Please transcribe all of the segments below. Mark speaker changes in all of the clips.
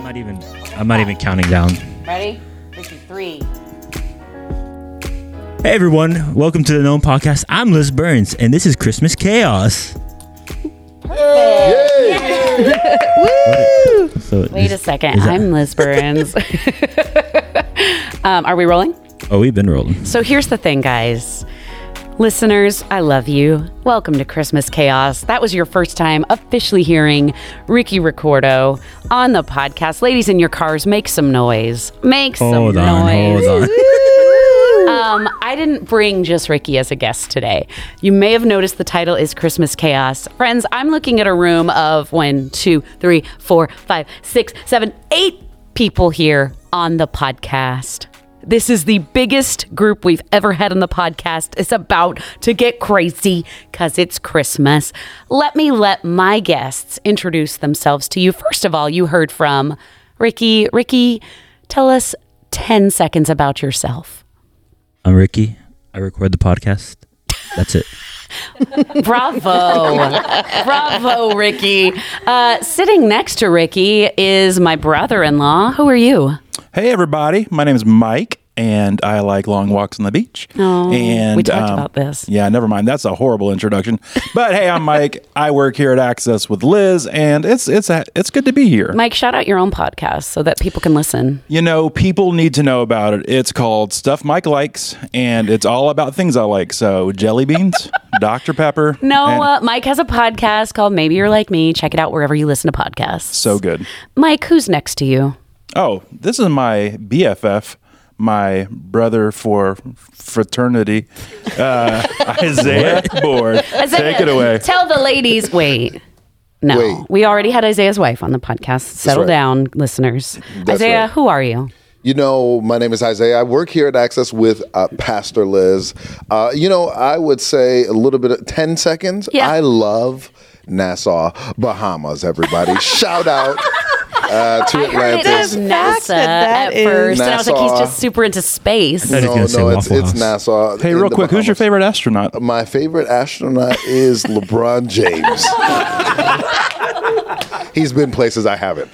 Speaker 1: not even. I'm not even counting down.
Speaker 2: Ready? This is three.
Speaker 1: Hey everyone, welcome to the Known Podcast. I'm Liz Burns, and this is Christmas Chaos. Woo! So
Speaker 2: Wait a
Speaker 1: is-
Speaker 2: second.
Speaker 1: is that-
Speaker 2: I'm Liz Burns. um, are we rolling?
Speaker 1: oh, we've been rolling.
Speaker 2: So here's the thing, guys. Listeners, I love you. Welcome to Christmas Chaos. That was your first time officially hearing Ricky Ricordo on the podcast. Ladies in your cars, make some noise. Make
Speaker 1: Hold
Speaker 2: some
Speaker 1: on,
Speaker 2: noise.
Speaker 1: hold on.
Speaker 2: Um, I didn't bring just Ricky as a guest today. You may have noticed the title is Christmas Chaos. Friends, I'm looking at a room of one, two, three, four, five, six, seven, eight people here on the podcast. This is the biggest group we've ever had on the podcast. It's about to get crazy because it's Christmas. Let me let my guests introduce themselves to you. First of all, you heard from Ricky. Ricky, tell us 10 seconds about yourself.
Speaker 1: I'm Ricky. I record the podcast. That's it.
Speaker 2: Bravo. Bravo, Ricky. Uh, sitting next to Ricky is my brother in law. Who are you?
Speaker 3: Hey, everybody. My name is Mike, and I like long walks on the beach.
Speaker 2: Oh,
Speaker 3: and, um,
Speaker 2: we talked about this.
Speaker 3: Yeah, never mind. That's a horrible introduction. But hey, I'm Mike. I work here at Access with Liz, and it's it's a, it's good to be here.
Speaker 2: Mike, shout out your own podcast so that people can listen.
Speaker 3: you know, people need to know about it. It's called Stuff Mike Likes, and it's all about things I like. So jelly beans, Dr Pepper.
Speaker 2: No,
Speaker 3: and-
Speaker 2: uh, Mike has a podcast called Maybe You're Like Me. Check it out wherever you listen to podcasts.
Speaker 3: so good.
Speaker 2: Mike, who's next to you?
Speaker 3: Oh, this is my BFF, my brother for fraternity, uh, Isaiah Board. Take it away.
Speaker 2: Tell the ladies. Wait. No.
Speaker 4: Wait.
Speaker 2: We already had Isaiah's wife on the podcast. Settle
Speaker 4: right.
Speaker 2: down, listeners.
Speaker 4: That's
Speaker 2: Isaiah,
Speaker 4: right.
Speaker 2: who are you?
Speaker 4: You know, my name is Isaiah. I work here at Access with uh, Pastor Liz. Uh, you know, I would say a little bit of 10 seconds.
Speaker 2: Yeah.
Speaker 4: I love Nassau, Bahamas, everybody. Shout out uh, to
Speaker 2: It was
Speaker 4: Atlantis.
Speaker 2: NASA
Speaker 5: fact that that
Speaker 2: at first.
Speaker 5: is-
Speaker 2: And I was like, he's
Speaker 4: Nassau.
Speaker 2: just super into space.
Speaker 1: I was
Speaker 4: No,
Speaker 1: gonna say
Speaker 4: no, it's,
Speaker 1: Waffle
Speaker 4: it's
Speaker 1: House.
Speaker 4: Nassau.
Speaker 3: Hey,
Speaker 4: in
Speaker 3: real
Speaker 4: the
Speaker 3: quick, who's your
Speaker 4: Bahamas.
Speaker 3: favorite astronaut?
Speaker 4: My favorite astronaut is LeBron James. He's been places I haven't.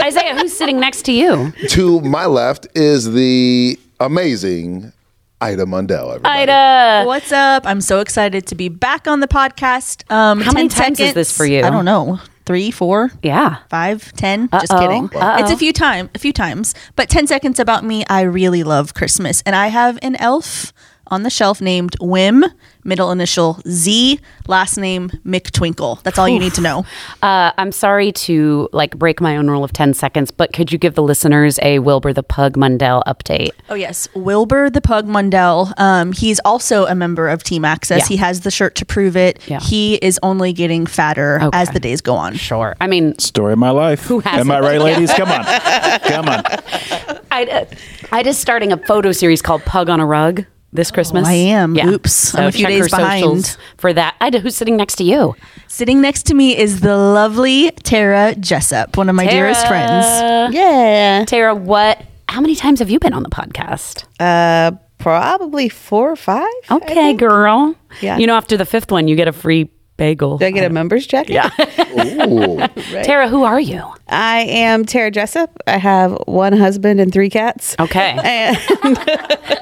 Speaker 2: Isaiah, who's sitting next to you?
Speaker 4: To my left is the amazing Ida Mundell. Everybody.
Speaker 2: Ida.
Speaker 5: What's up? I'm so excited to be back on the podcast. Um,
Speaker 2: How
Speaker 5: 10
Speaker 2: many times is this
Speaker 5: seconds.
Speaker 2: for you?
Speaker 5: I don't know. Three, four,
Speaker 2: Yeah.
Speaker 5: five, ten. Just
Speaker 2: Uh-oh.
Speaker 5: kidding.
Speaker 2: Uh-oh.
Speaker 5: It's a few time, a few times. But ten seconds about me. I really love Christmas, and I have an elf on the shelf named Wim, middle initial Z, last name McTwinkle. That's all you need to know.
Speaker 2: Uh, I'm sorry to like break my own rule of 10 seconds, but could you give the listeners a Wilbur the Pug Mundell update?
Speaker 5: Oh yes, Wilbur the Pug Mundell. Um, he's also a member of Team Access.
Speaker 2: Yeah.
Speaker 5: He has the shirt to prove it.
Speaker 2: Yeah.
Speaker 5: He is only getting fatter
Speaker 2: Okay.
Speaker 5: as the days go on.
Speaker 2: Sure. I mean,
Speaker 3: Story of my life. Am I
Speaker 2: hasn't?
Speaker 3: right, ladies? Come on. Come on.
Speaker 2: Ida, Ida's starting a photo series called Pug on a Rug this Christmas.
Speaker 5: Oh, I am. Oops. I'm a few
Speaker 2: check
Speaker 5: days
Speaker 2: her socials
Speaker 5: behind.
Speaker 2: For that. Ida, who's sitting next to you?
Speaker 5: Sitting next to me is the lovely Tara Jessup, one of my
Speaker 2: Tara.
Speaker 5: dearest friends. Yeah.
Speaker 2: Tara, what? How many times have you been on the podcast?
Speaker 5: Uh, probably four or five.
Speaker 2: Okay, girl.
Speaker 5: Yeah.
Speaker 2: You know, after the fifth one, you get a free bagel.
Speaker 6: Do I get a member's jacket? Yeah.
Speaker 4: Ooh.
Speaker 2: Tara, who are you?
Speaker 6: I am Tara Jessup. I have one husband and three cats.
Speaker 2: Oh. Okay.
Speaker 6: And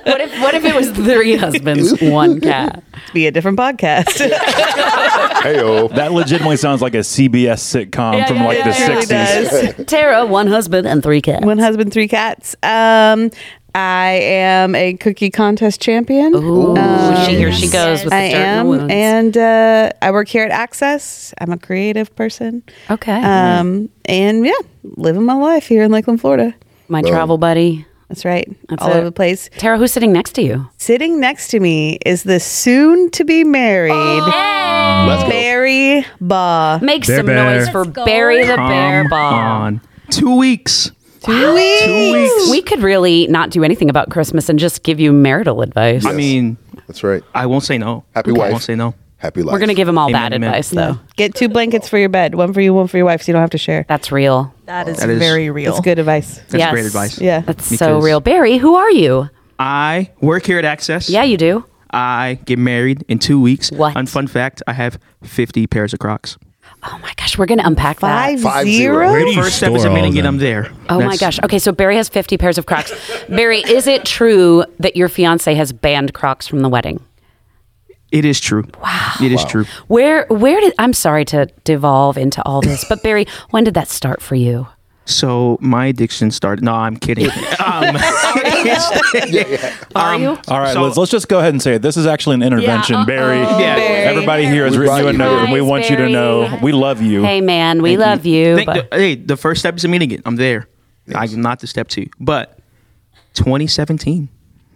Speaker 2: what if what if it was three husbands, one cat?
Speaker 6: be a different podcast.
Speaker 4: Heyo.
Speaker 3: That legitimately sounds like a CBS sitcom
Speaker 2: Yeah,
Speaker 3: from
Speaker 2: yeah,
Speaker 3: like
Speaker 2: yeah,
Speaker 3: the
Speaker 2: it really
Speaker 3: 60s.
Speaker 6: does.
Speaker 2: Tara, one husband and three cats.
Speaker 6: one husband, three cats. Um, I am a cookie contest champion.
Speaker 2: Ooh,
Speaker 6: Um,
Speaker 2: she here she goes with the
Speaker 6: I
Speaker 2: dirt and the
Speaker 6: am,
Speaker 2: wounds.
Speaker 6: and uh, I work here at Access. I'm a creative person.
Speaker 2: okay,
Speaker 6: Um, and yeah, living my life here in Lakeland, Florida.
Speaker 2: my travel buddy.
Speaker 6: That's right,
Speaker 2: That's
Speaker 6: all
Speaker 2: it.
Speaker 6: over the place.
Speaker 2: Tara, who's sitting next to you?
Speaker 6: Sitting next to me is the soon-to-be married
Speaker 4: Let's go.
Speaker 6: Barry Baugh.
Speaker 2: Make
Speaker 1: Bear
Speaker 2: some
Speaker 1: Bear.
Speaker 2: noise for Barry the Bear Ball.
Speaker 3: Two weeks.
Speaker 6: Two weeks.
Speaker 2: We could really not do anything about Christmas and just give you marital advice.
Speaker 7: I mean,
Speaker 4: That's right.
Speaker 7: I won't say no.
Speaker 4: Happy
Speaker 7: I
Speaker 4: wife.
Speaker 7: won't say no.
Speaker 4: Happy life.
Speaker 2: We're gonna give him all
Speaker 7: Amen,
Speaker 2: bad
Speaker 7: amen.
Speaker 2: advice though.
Speaker 6: Get two blankets for your bed, one for you, one for your wife, so you don't have to share.
Speaker 2: That's real.
Speaker 5: That is,
Speaker 7: That is-
Speaker 5: very real.
Speaker 6: That's good advice.
Speaker 7: That's
Speaker 2: Yes.
Speaker 7: great advice.
Speaker 6: Yeah.
Speaker 2: That's so
Speaker 7: Because-
Speaker 2: real. Barry, who are you?
Speaker 7: I work here at Access.
Speaker 2: Yeah, you do.
Speaker 7: I get married in two weeks.
Speaker 2: What?
Speaker 7: And fun fact, I have 50 pairs of Crocs.
Speaker 2: Oh my gosh, we're going to unpack that.
Speaker 6: Five,
Speaker 4: Five zero.
Speaker 6: zero.
Speaker 4: Where
Speaker 7: The
Speaker 1: you
Speaker 7: first step is
Speaker 1: store all
Speaker 7: admitting it.
Speaker 1: them?
Speaker 7: I'm there.
Speaker 2: Oh my
Speaker 7: That's-
Speaker 2: gosh. Okay, so Barry has 50 pairs of Crocs. Barry, is it true that your fiance has banned Crocs from the wedding?
Speaker 7: It is true. Wow. It is true.
Speaker 2: Where where did I'm sorry to devolve into all this, but Barry, when did that start for you?
Speaker 7: So my addiction started. No, I'm kidding. um,
Speaker 2: Are you?
Speaker 3: All right,
Speaker 7: So-
Speaker 3: Liz, let's just go ahead and say it. This is actually an intervention,
Speaker 2: uh-oh.
Speaker 3: Barry.
Speaker 7: Yeah. Barry.
Speaker 3: Everybody here has
Speaker 4: We
Speaker 3: written
Speaker 4: brought
Speaker 3: you a
Speaker 4: you
Speaker 3: note, and we
Speaker 2: guys,
Speaker 3: want you to
Speaker 2: Barry.
Speaker 3: know we love you.
Speaker 2: Hey man, we love you.
Speaker 7: Think
Speaker 2: but
Speaker 7: Um, the- hey, the first step is admitting it. I'm there. I'm not the step two, but 2017.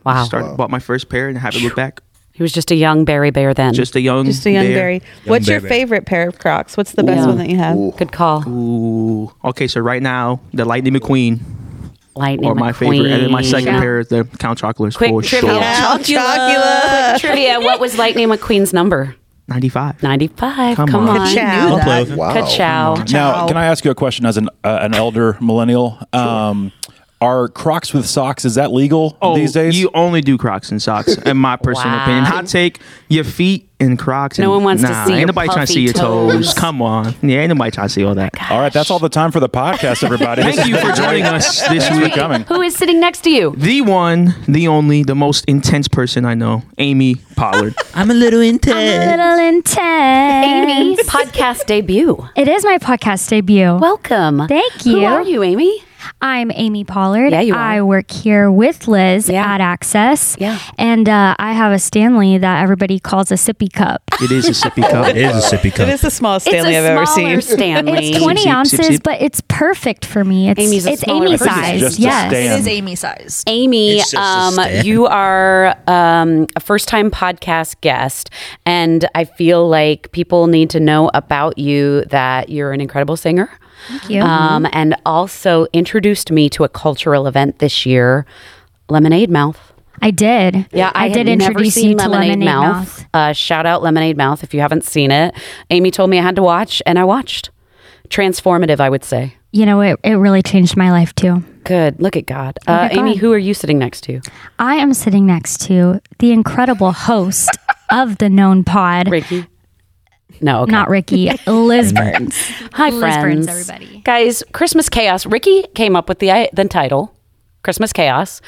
Speaker 2: wow.
Speaker 7: Started bought my first pair and haven't looked back.
Speaker 2: He was just a young Barry Bear then.
Speaker 7: Just a young,
Speaker 6: Just a young
Speaker 7: bear.
Speaker 6: berry. What's your
Speaker 1: berry.
Speaker 6: favorite pair of Crocs? What's the best
Speaker 2: Ooh.
Speaker 6: one that you have?
Speaker 2: good call.
Speaker 7: Ooh. Okay, so right now the Lightning McQueen
Speaker 2: Lightning
Speaker 7: are my
Speaker 2: McQueen.
Speaker 7: favorite, and then my second
Speaker 2: Yeah.
Speaker 7: pair is the Count Chocula's
Speaker 2: Quick
Speaker 7: for
Speaker 2: trivia.
Speaker 7: sure.
Speaker 6: Chocula.
Speaker 2: Trivia, what was Lightning McQueen's number?
Speaker 7: 95.
Speaker 2: 95. Come,
Speaker 7: Come
Speaker 2: on.
Speaker 7: on.
Speaker 6: Ka-chow.
Speaker 1: Don't play with it.
Speaker 4: Wow.
Speaker 2: Ka-chow.
Speaker 3: Now, can I ask you a question as an uh, an elder millennial? Um, are Crocs with socks? Is that legal
Speaker 7: Oh,
Speaker 3: these days?
Speaker 7: you only do Crocs and socks, in my personal
Speaker 2: Wow.
Speaker 7: opinion. Hot take: your feet and Crocs.
Speaker 2: No
Speaker 7: and-
Speaker 2: one wants to
Speaker 7: nah,
Speaker 2: see your
Speaker 7: Ain't nobody trying to see your
Speaker 2: puffy toes. Oh
Speaker 7: toes. Come on, yeah, ain't nobody trying to see all that.
Speaker 3: all right, that's all the time for the podcast, everybody. This
Speaker 7: Thank
Speaker 3: has
Speaker 7: you
Speaker 3: been
Speaker 7: for
Speaker 3: great.
Speaker 7: joining us this
Speaker 3: Thanks for
Speaker 7: week.
Speaker 3: coming.
Speaker 2: Who is sitting next to you?
Speaker 7: The one, the only, the most intense person I know, Amy Pollard.
Speaker 1: I'm a little intense.
Speaker 8: little intense.
Speaker 2: Amy. Podcast debut.
Speaker 8: It is my podcast debut.
Speaker 2: Welcome.
Speaker 8: Thank
Speaker 2: Who
Speaker 8: you.
Speaker 2: are you, Amy?
Speaker 8: I'm Amy Pollard.
Speaker 2: Yeah, you are.
Speaker 8: I work here with Liz
Speaker 2: Yeah.
Speaker 8: at Access.
Speaker 2: Yeah.
Speaker 8: And uh, I have a Stanley that everybody calls a sippy cup.
Speaker 7: it is a sippy cup.
Speaker 1: It is a sippy
Speaker 6: It
Speaker 1: cup.
Speaker 6: is the smallest Stanley
Speaker 2: it's a
Speaker 6: I've ever
Speaker 2: smaller
Speaker 6: seen.
Speaker 2: Stanley.
Speaker 8: It's 20
Speaker 7: Sip, sip,
Speaker 8: ounces,
Speaker 7: sip.
Speaker 8: but it's perfect for me. It's
Speaker 2: Amy's a
Speaker 8: it's
Speaker 2: smaller
Speaker 8: Amy
Speaker 2: person. This is
Speaker 8: size.
Speaker 3: just a
Speaker 8: yes.
Speaker 3: stand.
Speaker 5: It
Speaker 3: And-
Speaker 5: is Amy sized.
Speaker 2: Amy,
Speaker 1: It's just a
Speaker 2: um,
Speaker 1: stand.
Speaker 2: you are um, a first time podcast guest, and I feel like people need to know about you that you're an incredible singer. Thank
Speaker 8: you. Mm-hmm.
Speaker 2: Um, and also introduced me to a cultural event this year, Lemonade Mouth.
Speaker 8: I did.
Speaker 2: Yeah, I,
Speaker 8: did
Speaker 2: had never
Speaker 8: introduce
Speaker 2: seen
Speaker 8: you to Lemonade,
Speaker 2: Mouth. Uh, shout out Lemonade Mouth if you haven't seen it. Amy told me I had to watch, and I watched. Transformative, I would say.
Speaker 8: You know, it, it really changed my life too.
Speaker 2: Good. Look at God. Uh,
Speaker 8: at
Speaker 2: Amy,
Speaker 8: God.
Speaker 2: who are you sitting next to?
Speaker 8: I am sitting next to the incredible host of the Known Pod.
Speaker 2: Ricky? No, okay.
Speaker 8: Not Ricky, Liz Burns.
Speaker 2: Hi,
Speaker 8: Liz
Speaker 2: friends.
Speaker 8: Burns, everybody.
Speaker 2: Guys, Christmas Chaos. Ricky came up with the, the title, Christmas Chaos.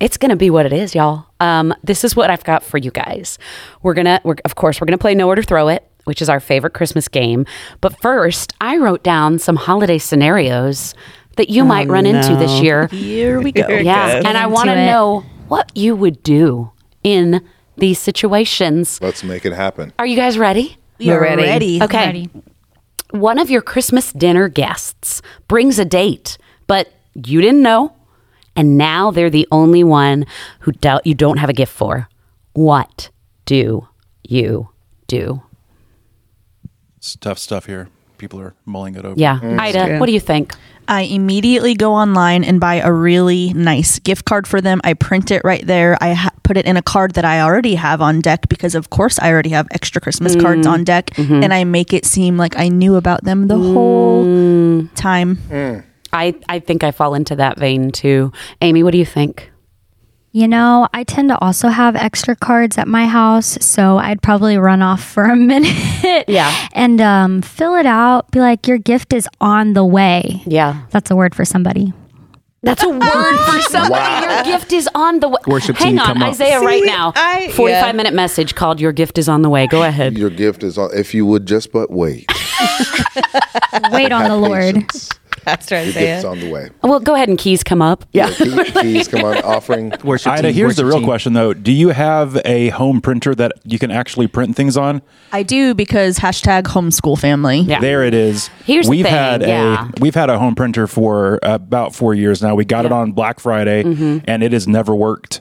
Speaker 2: It's gonna be what it is, y'all. Um, this is what I've got for you guys. We're gonna, we're, of course, we're gonna play Nowhere to Throw It, which is our favorite Christmas game. But first, I wrote down some holiday scenarios that you might run into this year.
Speaker 6: Here we go.
Speaker 2: yeah,
Speaker 8: Get
Speaker 2: and I
Speaker 8: into
Speaker 2: want to
Speaker 8: it.
Speaker 2: know what you would do in these situations.
Speaker 4: Let's make it happen.
Speaker 2: Are you guys ready?
Speaker 5: We are ready.
Speaker 2: Okay.
Speaker 8: Ready.
Speaker 2: one of your Christmas dinner guests brings a date, but you didn't know, and now they're the only one who doubt you don't have a gift for. What do you do?
Speaker 3: It's tough stuff here. People are mulling it over.
Speaker 2: Yeah,
Speaker 6: Mm,
Speaker 2: Ida, what do you think?
Speaker 5: I immediately go online and buy a really nice gift card for them. I print it right there. I ha- put it in a card that I already have on deck because, of course, I already have extra Christmas
Speaker 2: Mm.
Speaker 5: cards on deck.
Speaker 2: Mm-hmm.
Speaker 5: And I make it seem like I knew about them the whole
Speaker 2: Mm.
Speaker 5: time.
Speaker 2: I, I think I fall into that vein too. Amy, what do you think?
Speaker 8: You know, I tend to also have extra cards at my house, so I'd probably run off for a minute.
Speaker 2: Yeah.
Speaker 8: And um, fill it out. Be like, your gift is on the way.
Speaker 2: Yeah.
Speaker 8: That's a word for somebody.
Speaker 2: That's a word for somebody. Your gift is on the way.
Speaker 7: Worship
Speaker 2: Hang
Speaker 7: team,
Speaker 2: on,
Speaker 7: come up.
Speaker 2: Isaiah, right
Speaker 6: See,
Speaker 2: now.
Speaker 6: I- yeah.
Speaker 2: 45 minute message called Your Gift is on the Way. Go ahead.
Speaker 4: Your gift is on. If you would just but wait.
Speaker 8: Wait on
Speaker 4: Have
Speaker 8: the Lord.
Speaker 4: patience.
Speaker 6: That's right,
Speaker 4: Your gift's
Speaker 6: Isaiah.
Speaker 4: on the way.
Speaker 2: Well, go ahead and keys come up. Yeah.
Speaker 4: Key- Keys, come on, offering.
Speaker 7: Worship
Speaker 3: Ida,
Speaker 7: team,
Speaker 3: here's the
Speaker 7: worship
Speaker 3: real
Speaker 7: team.
Speaker 3: question though. Do you have a home printer that you can actually print things on?
Speaker 5: I do because hashtag homeschool family.
Speaker 2: Yeah.
Speaker 3: There it is.
Speaker 2: Here's the
Speaker 3: we've
Speaker 2: thing,
Speaker 3: had
Speaker 2: yeah.
Speaker 3: a we've had a home printer for about four years now. We got it on Black Friday,
Speaker 2: Mm-hmm.
Speaker 3: and it has never worked,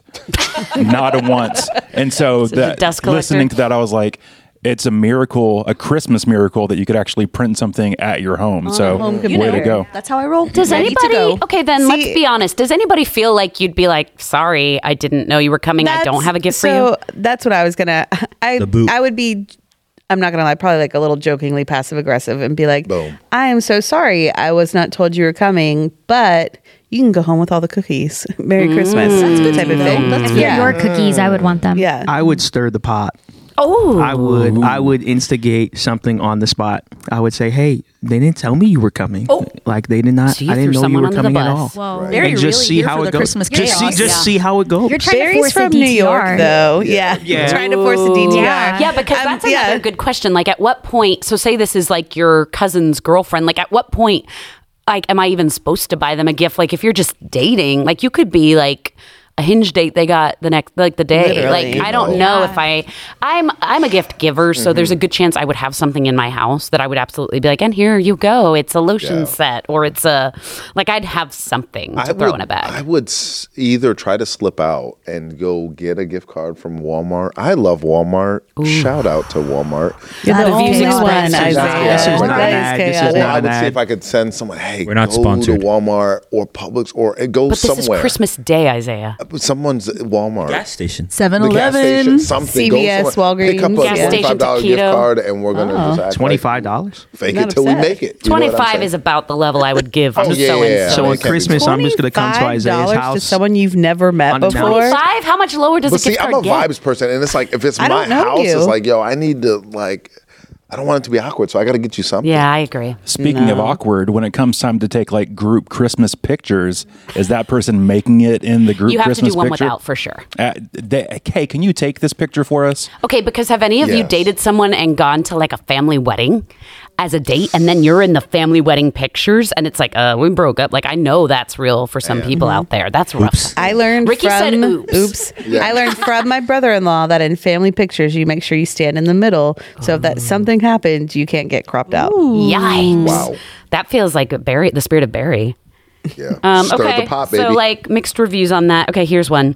Speaker 3: not once. And so,
Speaker 2: a
Speaker 3: that,
Speaker 2: dust collector.
Speaker 3: listening to that, I was like, it's a miracle, a Christmas miracle that you could actually print something at your home.
Speaker 2: Oh,
Speaker 3: so way to
Speaker 6: computer.
Speaker 3: go.
Speaker 5: That's how I roll.
Speaker 2: Does
Speaker 5: Ready to
Speaker 2: anybody?
Speaker 5: go.
Speaker 2: Okay, then let's be honest. Does anybody feel like you'd be like, "Sorry, I didn't know you were coming. I don't
Speaker 6: That's-
Speaker 2: have a gift
Speaker 6: so
Speaker 2: for you."
Speaker 6: that's what I was gonna. I
Speaker 1: The boot.
Speaker 6: I would be. I'm not gonna lie. Probably like a little jokingly passive aggressive and be like,
Speaker 4: Boom.
Speaker 6: "I am so sorry. I was not told you were coming, but you can go home with all the cookies.
Speaker 2: Mm.
Speaker 6: Merry Christmas." That's good type of thing.
Speaker 8: If they're your cookies, I would want them.
Speaker 6: yeah.
Speaker 7: I would stir the pot.
Speaker 2: Oh,
Speaker 7: I would I would instigate something on the spot. I would say, "Hey, they didn't tell me you were coming. Like they did not.
Speaker 2: So you
Speaker 7: I didn't
Speaker 2: threw
Speaker 7: know you
Speaker 2: someone
Speaker 7: were
Speaker 2: under the
Speaker 7: coming at all."
Speaker 2: bus.
Speaker 8: Whoa.
Speaker 5: Very
Speaker 7: and just
Speaker 5: really
Speaker 7: see
Speaker 5: here
Speaker 7: how
Speaker 5: for
Speaker 7: it
Speaker 5: the
Speaker 7: goes.
Speaker 5: Christmas
Speaker 7: just see,
Speaker 5: chaos.
Speaker 7: just
Speaker 2: Yeah.
Speaker 7: see how it goes.
Speaker 8: Oh, You're trying
Speaker 6: Barry's
Speaker 8: to force a
Speaker 6: from New York,
Speaker 8: DTR.
Speaker 6: though. Yeah.
Speaker 7: Yeah.
Speaker 6: Trying to force a DTR.
Speaker 8: Yeah.
Speaker 2: Yeah, because
Speaker 6: Um,
Speaker 2: that's
Speaker 6: yeah.
Speaker 2: another good question. Like, at what point? So, say this is like your cousin's girlfriend. Like, at what point? Like, am I even supposed to buy them a gift? Like, if you're just dating, like you could be like a hinge date they got the next like the day.
Speaker 6: Literally.
Speaker 2: like, I don't know if I I'm I'm a gift giver, so
Speaker 4: Mm-hmm.
Speaker 2: there's a good chance I would have something in my house that I would absolutely be like, and here you go. It's a lotion set, or it's a like I'd have something to
Speaker 4: I
Speaker 2: throw
Speaker 4: would,
Speaker 2: in a bag.
Speaker 4: I would s- either try to slip out and go get a gift card from Walmart. I love Walmart. Shout out to Walmart.
Speaker 6: You're the
Speaker 2: Not a
Speaker 6: only
Speaker 2: Visa
Speaker 6: one,
Speaker 2: express.
Speaker 6: Isaiah.
Speaker 4: This is not an
Speaker 6: That
Speaker 7: ad. This is
Speaker 4: Or
Speaker 6: chaotic.
Speaker 4: I
Speaker 7: an
Speaker 4: would see
Speaker 7: ad.
Speaker 4: if I could send someone. Hey,
Speaker 1: We're not
Speaker 4: go
Speaker 1: sponsored.
Speaker 4: to Walmart or Publix or uh, go
Speaker 2: but this
Speaker 4: somewhere.
Speaker 2: is Christmas Day, Isaiah.
Speaker 4: Someone's at Walmart.
Speaker 1: Gas station.
Speaker 5: 7
Speaker 4: the gas
Speaker 5: Eleven.
Speaker 4: station, something. Go
Speaker 6: CVS,
Speaker 4: somewhere. Pick up a
Speaker 6: Walgreens. Oh.
Speaker 2: Gas station,
Speaker 4: twenty-five dollar gift
Speaker 2: taquito.
Speaker 4: card, and we're gonna just act
Speaker 7: Twenty five dollars.
Speaker 4: like, fake
Speaker 6: Not
Speaker 4: it till we
Speaker 6: upset.
Speaker 4: make it. You know what I'm
Speaker 2: 25
Speaker 4: saying?
Speaker 2: is about the level I would give
Speaker 4: Oh,
Speaker 2: to
Speaker 4: yeah.
Speaker 2: so and
Speaker 7: So
Speaker 4: that
Speaker 7: on
Speaker 4: can't be
Speaker 7: Christmas, I'm just going to come to Isaiah's
Speaker 6: $25
Speaker 7: house.
Speaker 6: to someone you've never met
Speaker 7: Unannounced.
Speaker 6: before.
Speaker 2: Five? How much lower does
Speaker 4: But
Speaker 2: a gift
Speaker 4: see, I'm a
Speaker 2: card get?
Speaker 4: vibes person, and it's like if it's
Speaker 6: I
Speaker 4: my
Speaker 6: don't know
Speaker 4: house,
Speaker 6: you.
Speaker 4: it's like, yo, I need to like, I don't want it to be awkward, so I got to get you something.
Speaker 2: Yeah, I agree.
Speaker 3: Speaking of awkward, when it comes time to take like group Christmas pictures, is that person making it in the group
Speaker 2: You have
Speaker 3: Christmas
Speaker 2: to do one
Speaker 3: picture?
Speaker 2: without for sure.
Speaker 3: Uh, they, hey, can you take this picture for us?
Speaker 2: Okay, because have any of you
Speaker 4: Yes.
Speaker 2: dated someone and gone to like a family wedding as a date and then you're in the family wedding pictures and it's like, uh, we broke up. Like, I know that's real for some people
Speaker 4: Mm-hmm.
Speaker 2: out there. That's rough.
Speaker 6: I learned
Speaker 2: Ricky
Speaker 6: from
Speaker 2: said oops.
Speaker 4: Yeah.
Speaker 6: I learned from my brother-in-law that in family pictures you make sure you stand in the middle so
Speaker 4: Oh.
Speaker 6: if that something happens you can't get cropped out.
Speaker 2: Yikes.
Speaker 4: Wow.
Speaker 2: That feels like Barry, the spirit of Barry.
Speaker 4: Yeah.
Speaker 2: Um,
Speaker 4: Stir
Speaker 2: okay.
Speaker 4: the pot, baby.
Speaker 2: So like mixed reviews on that. Okay, here's one.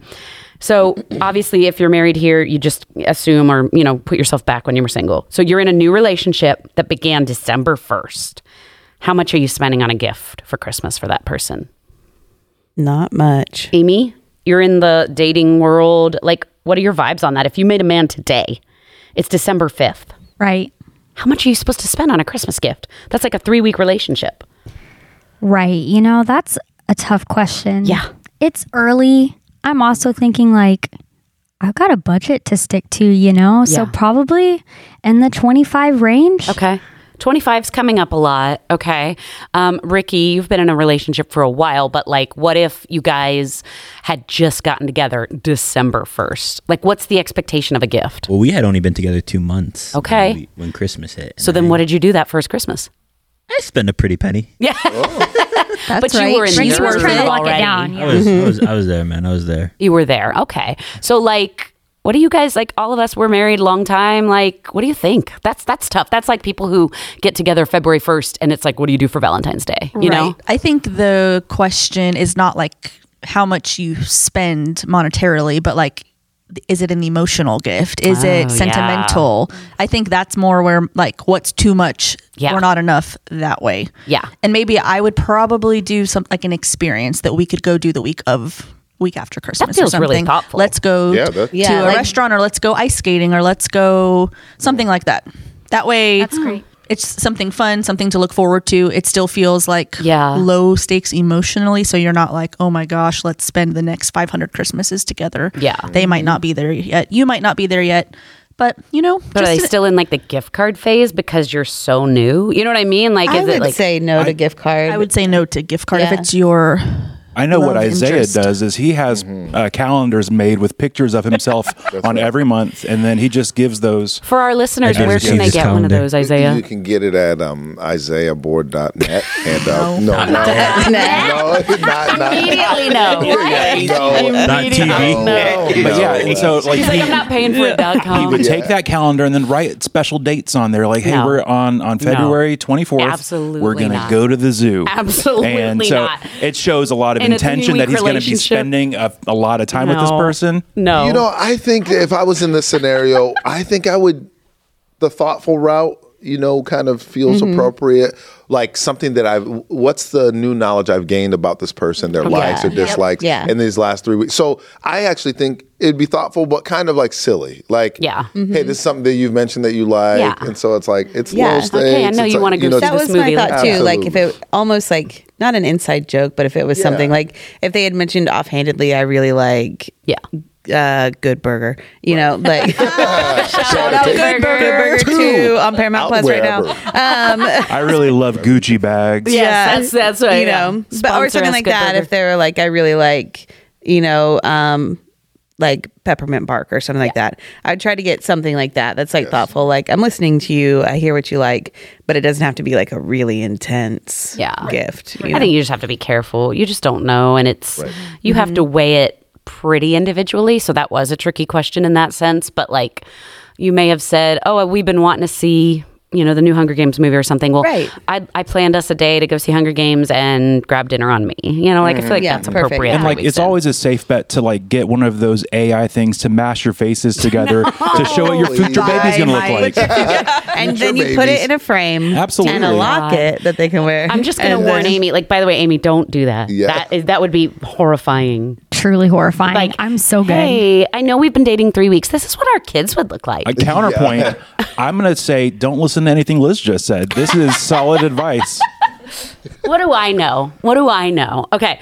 Speaker 2: So obviously, if you're married here, you just assume or you know put yourself back when you were single. So you're in a new relationship that began December first. How much are you spending on a gift for Christmas for that person?
Speaker 6: Not much.
Speaker 2: Amy, you're in the dating world. Like, what are your vibes on that? If you made a man today, it's December fifth.
Speaker 8: Right.
Speaker 2: How much are you supposed to spend on a Christmas gift? That's like a three week relationship.
Speaker 8: Right. You know, that's a tough question.
Speaker 2: Yeah.
Speaker 8: It's early. I'm also thinking like I've got a budget to stick to, you know? So
Speaker 2: Yeah.
Speaker 8: probably in the 25 range.
Speaker 2: Okay. 25's coming up a lot. Okay. Um, Ricky, you've been in a relationship for a while, but like, what if you guys had just gotten together December 1st? Like, what's the expectation of a gift?
Speaker 1: Well, we had only been together two months. when
Speaker 2: Okay.
Speaker 1: we- When Christmas hit.
Speaker 2: So then what did you do that first Christmas?
Speaker 1: I spent a pretty penny.
Speaker 5: That's
Speaker 2: but you were in
Speaker 5: She
Speaker 8: Ricky was
Speaker 2: Nerve
Speaker 8: trying to lock
Speaker 2: already.
Speaker 8: it down.
Speaker 1: I
Speaker 8: Yeah.
Speaker 1: was, I was, I was there, man. I was there.
Speaker 2: You were there. Okay. So like, what do you guys like? All of us were married a long time. Like, what do you think? That's that's tough. That's like people who get together February 1st and it's like, what do you do for Valentine's Day? You know?
Speaker 5: I think the question is not like how much you spend monetarily, but like, is it an emotional gift? Is
Speaker 2: yeah.
Speaker 5: it sentimental? I think that's more where like what's too much
Speaker 2: Yeah.
Speaker 5: or not enough that way.
Speaker 2: Yeah.
Speaker 5: and maybe I would probably do some like an experience that we could go do the week of week after Christmas. or
Speaker 2: feels
Speaker 5: something.
Speaker 2: really thoughtful.
Speaker 5: Let's go
Speaker 4: Yeah,
Speaker 5: t-
Speaker 4: that-
Speaker 5: to a
Speaker 6: Yeah, like-
Speaker 5: restaurant or let's go ice skating or let's go something like that. That way, that's
Speaker 8: great.
Speaker 5: It's something fun, something to look forward to. It still feels like
Speaker 2: Yeah.
Speaker 5: low stakes emotionally, so you're not like, oh my gosh, let's spend the next 500 Christmases together.
Speaker 2: Yeah.
Speaker 5: they might not be there yet. You might not be there yet, but you know,
Speaker 2: But are they
Speaker 5: an-
Speaker 2: still in like the gift card phase because you're so new? You know what I mean? Like, is
Speaker 6: I
Speaker 2: it
Speaker 6: would
Speaker 2: like
Speaker 6: say no to gift card.
Speaker 5: I would say no to gift card if
Speaker 6: Yeah.
Speaker 5: it's your.
Speaker 3: I know what
Speaker 5: Love
Speaker 3: Isaiah
Speaker 5: interest.
Speaker 3: does is he has uh, calendars made with pictures of himself on every month, and then he just gives those.
Speaker 2: for our listeners?
Speaker 1: I
Speaker 2: Where
Speaker 1: just
Speaker 2: can they
Speaker 1: used
Speaker 2: get one of
Speaker 1: calendar.
Speaker 2: those, Isaiah?
Speaker 4: You can get it at um, IsaiahBoard.net. And uh, no, no, no, no, not, not.
Speaker 2: Immediately no.
Speaker 4: Yeah, no,
Speaker 1: Not TV.
Speaker 4: no,
Speaker 3: But yeah, and so like
Speaker 2: He's like,
Speaker 3: he,
Speaker 2: I'm not paying for it. Dot
Speaker 3: he
Speaker 2: com.
Speaker 3: would take that calendar and then write special dates on there, like, "Hey,
Speaker 2: No.
Speaker 3: we're on on February twenty fourth. we're
Speaker 2: Absolutely
Speaker 3: gonna
Speaker 2: not.
Speaker 3: go to the zoo.
Speaker 2: Absolutely
Speaker 3: and so
Speaker 2: not.
Speaker 3: It shows a lot of
Speaker 2: And it's a
Speaker 3: intention that
Speaker 2: new-week
Speaker 3: he's going to be
Speaker 2: relationship.
Speaker 3: spending a, a lot of time with this
Speaker 2: No.
Speaker 3: person.
Speaker 2: No.
Speaker 4: You know, I think if I was in this scenario, I think I would the thoughtful route. You know, kind of feels appropriate. Like something that I've. What's the new knowledge I've gained about this person, their likes or dislikes
Speaker 6: Yeah.
Speaker 4: in these last three weeks? So I actually think it'd be thoughtful, but kind of like silly. Like,
Speaker 2: Yeah.
Speaker 4: hey, this is something that you've mentioned that you like,
Speaker 2: Yeah.
Speaker 4: and so it's like it's
Speaker 6: Yeah.
Speaker 4: low
Speaker 6: Okay,
Speaker 4: stakes.
Speaker 2: I know
Speaker 4: it's
Speaker 2: you
Speaker 4: like,
Speaker 2: wanna go see
Speaker 4: just-
Speaker 6: that
Speaker 2: this
Speaker 6: was my
Speaker 2: movie
Speaker 6: thought
Speaker 4: later.
Speaker 6: too. Like if it almost like not an inside joke, but if it was
Speaker 4: Yeah.
Speaker 6: something like if they had mentioned offhandedly, I really like
Speaker 2: yeah.
Speaker 6: uh, Good Burger. You know, like shout out
Speaker 4: to
Speaker 6: Good Burger, Good Burger
Speaker 4: Two.
Speaker 6: Two on Paramount
Speaker 4: Out
Speaker 6: Plus right now. Um,
Speaker 3: I really love Gucci bags.
Speaker 2: Yes, that's- that's right,
Speaker 6: You
Speaker 2: yeah.
Speaker 6: know, but or
Speaker 2: Sponsor
Speaker 6: something
Speaker 2: us,
Speaker 6: like
Speaker 2: Good
Speaker 6: that.
Speaker 2: Burger.
Speaker 6: If they were like, I really like, you know, um, like peppermint bark or something like that. I'd try to get something like that. That's like thoughtful. Like I'm listening to you. I hear what you like, but it doesn't have to be like a really intense
Speaker 2: Yeah.
Speaker 6: gift. you
Speaker 2: I
Speaker 6: know?
Speaker 2: think you just have to be careful. You just don't know, and it's you have to weigh it pretty individually. So that was a tricky question in that sense. But like, you may have said, "Oh, we've been wanting to see." You know the new Hunger Games movie or something. Well,
Speaker 6: Right.
Speaker 2: I, I planned us a day to go see Hunger Games and grab dinner on me. You know, like I feel like
Speaker 6: Yeah,
Speaker 2: that's
Speaker 6: perfect.
Speaker 2: appropriate.
Speaker 3: And
Speaker 2: for
Speaker 3: like it's
Speaker 2: Winston.
Speaker 3: always a safe bet to like get one of those AI things to mash your faces together to show what your future
Speaker 6: Bye,
Speaker 3: baby's gonna look
Speaker 6: Mike.
Speaker 3: like.
Speaker 6: and
Speaker 4: Future
Speaker 6: then you put
Speaker 4: babies.
Speaker 6: it in a frame,
Speaker 3: Absolutely.
Speaker 6: and a locket that they can wear.
Speaker 2: I'm just gonna
Speaker 6: And
Speaker 2: warn
Speaker 6: then-
Speaker 2: Amy. Like, by the way, Amy, don't do that.
Speaker 4: Yeah.
Speaker 2: That is that would be horrifying.
Speaker 8: Truly horrifying.
Speaker 2: Like,
Speaker 8: I'm so good.
Speaker 2: Hey, I know we've been dating three weeks. This is what our kids would look like.
Speaker 3: A counterpoint, I'm gonna say don't listen to anything Liz just said. This is solid advice.
Speaker 2: what do I know? What do I know? Okay,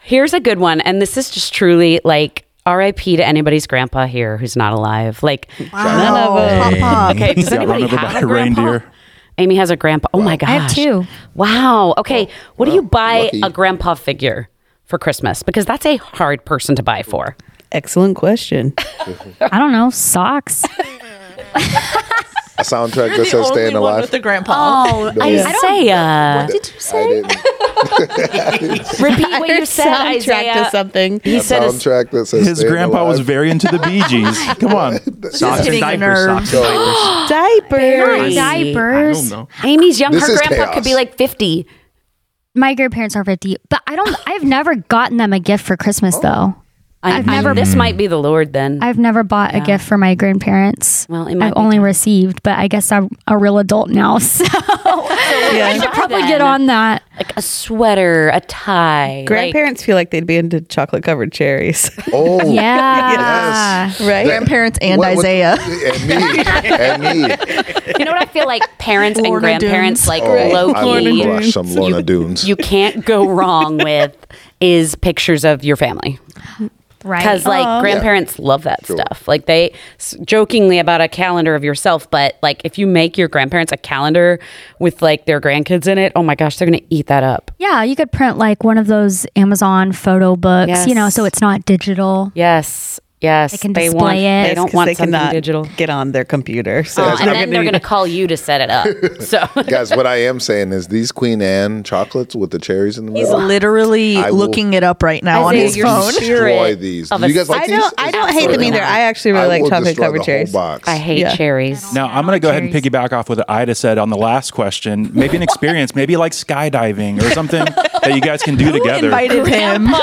Speaker 2: here's a good one, and this is just truly like R.I.P. to anybody's grandpa here who's not alive. Like none of us. Oh, Okay, does
Speaker 3: Got run
Speaker 2: anybody
Speaker 3: over by
Speaker 2: have a
Speaker 3: a
Speaker 2: grandpa?
Speaker 3: reindeer.
Speaker 2: Amy has a grandpa. Oh my gosh,
Speaker 8: I have two.
Speaker 2: Wow. Okay, what do you buy
Speaker 4: lucky.
Speaker 2: a grandpa figure for Christmas? Because that's a hard person to buy for.
Speaker 6: Excellent question.
Speaker 8: I don't know. Socks.
Speaker 4: A soundtrack that says "Staying Alive."
Speaker 5: grandpa.
Speaker 4: Yeah.
Speaker 2: I say, uh,
Speaker 4: did you say? I didn't.
Speaker 2: repeat what you said,
Speaker 6: soundtrack
Speaker 2: Isaiah.
Speaker 6: to something.
Speaker 2: He said, a-
Speaker 4: soundtrack that says
Speaker 3: His
Speaker 4: "Staying
Speaker 3: grandpa was
Speaker 4: Alive."
Speaker 3: very into the Bee Gees. Come on.
Speaker 7: Socks
Speaker 5: getting
Speaker 7: and
Speaker 5: a
Speaker 7: diapers. Socks and diapers.
Speaker 6: Diapers.
Speaker 7: I
Speaker 8: Diapers.
Speaker 7: don't know.
Speaker 2: Amy's young.
Speaker 4: This
Speaker 2: her
Speaker 4: is
Speaker 2: grandpa
Speaker 4: chaos.
Speaker 2: could be like 50.
Speaker 8: My grandparents are 50, but I don't, I've never gotten them a gift for Christmas
Speaker 2: Oh.
Speaker 8: though.
Speaker 2: I,
Speaker 8: I've
Speaker 2: I-
Speaker 8: never-
Speaker 2: This might be the Lord then.
Speaker 8: I've never bought a gift for my grandparents.
Speaker 2: Well, it might
Speaker 8: I've
Speaker 2: be
Speaker 8: only received, but I guess I'm a real adult now. So I should probably get on that.
Speaker 2: like a sweater, a tie.
Speaker 6: Grandparents feel like they'd be into chocolate covered cherries,
Speaker 4: Oh,
Speaker 8: Yeah.
Speaker 6: right?
Speaker 5: Grandparents and
Speaker 4: What- what-
Speaker 5: Isaiah.
Speaker 4: and me, and me.
Speaker 2: Like, you know what I feel like parents and
Speaker 5: Lorna
Speaker 2: grandparents
Speaker 5: Doones.
Speaker 2: like
Speaker 4: Oh,
Speaker 2: low
Speaker 4: I will
Speaker 2: key.
Speaker 4: crush some Lorna Dunes.
Speaker 2: You can't go wrong with is pictures of your family
Speaker 8: Right.
Speaker 2: because like grandparents love that stuff. Like they s- jokingly about a calendar of yourself, but like if you make your grandparents a calendar with like their grandkids in it, oh my gosh, they're gonna eat that up.
Speaker 8: yeah, you could print like one of those Amazon photo books, you know,
Speaker 2: Yes.
Speaker 8: so it's not digital.
Speaker 2: Yes, yes, they
Speaker 8: can display
Speaker 2: want,
Speaker 8: it.
Speaker 2: They
Speaker 8: Yes,
Speaker 2: don't
Speaker 6: 'Cause
Speaker 2: want
Speaker 6: they
Speaker 2: something
Speaker 6: cannot
Speaker 2: digital.
Speaker 6: Get on their computer. So
Speaker 2: Oh,
Speaker 6: it's
Speaker 2: and
Speaker 6: not
Speaker 2: then
Speaker 6: gonna
Speaker 2: they're
Speaker 6: be-
Speaker 2: going to call you to set it up. So
Speaker 4: Guys, what I am saying is these Queen Anne chocolates with the cherries in the
Speaker 5: He's
Speaker 4: middle.
Speaker 5: literally
Speaker 4: I will-
Speaker 5: looking it up right now on
Speaker 2: Isaiah,
Speaker 5: his
Speaker 2: you're
Speaker 5: phone.
Speaker 2: so-
Speaker 4: Destroy
Speaker 2: Spirit
Speaker 4: these.
Speaker 2: of
Speaker 4: Do you
Speaker 2: a
Speaker 4: guys like
Speaker 6: I
Speaker 4: these?
Speaker 6: don't. I don't hate them
Speaker 2: Absolutely
Speaker 6: either.
Speaker 2: not.
Speaker 6: I actually really
Speaker 4: I
Speaker 6: like
Speaker 4: will
Speaker 6: chocolate
Speaker 4: destroy
Speaker 6: covered
Speaker 4: the whole
Speaker 6: cherries.
Speaker 4: box.
Speaker 2: I hate
Speaker 6: Yeah.
Speaker 2: cherries.
Speaker 8: No.
Speaker 3: Now I'm gonna go ahead and piggyback off what Ida said on the last question. Maybe an experience, maybe like skydiving or something that you guys can do together.
Speaker 5: Invited him.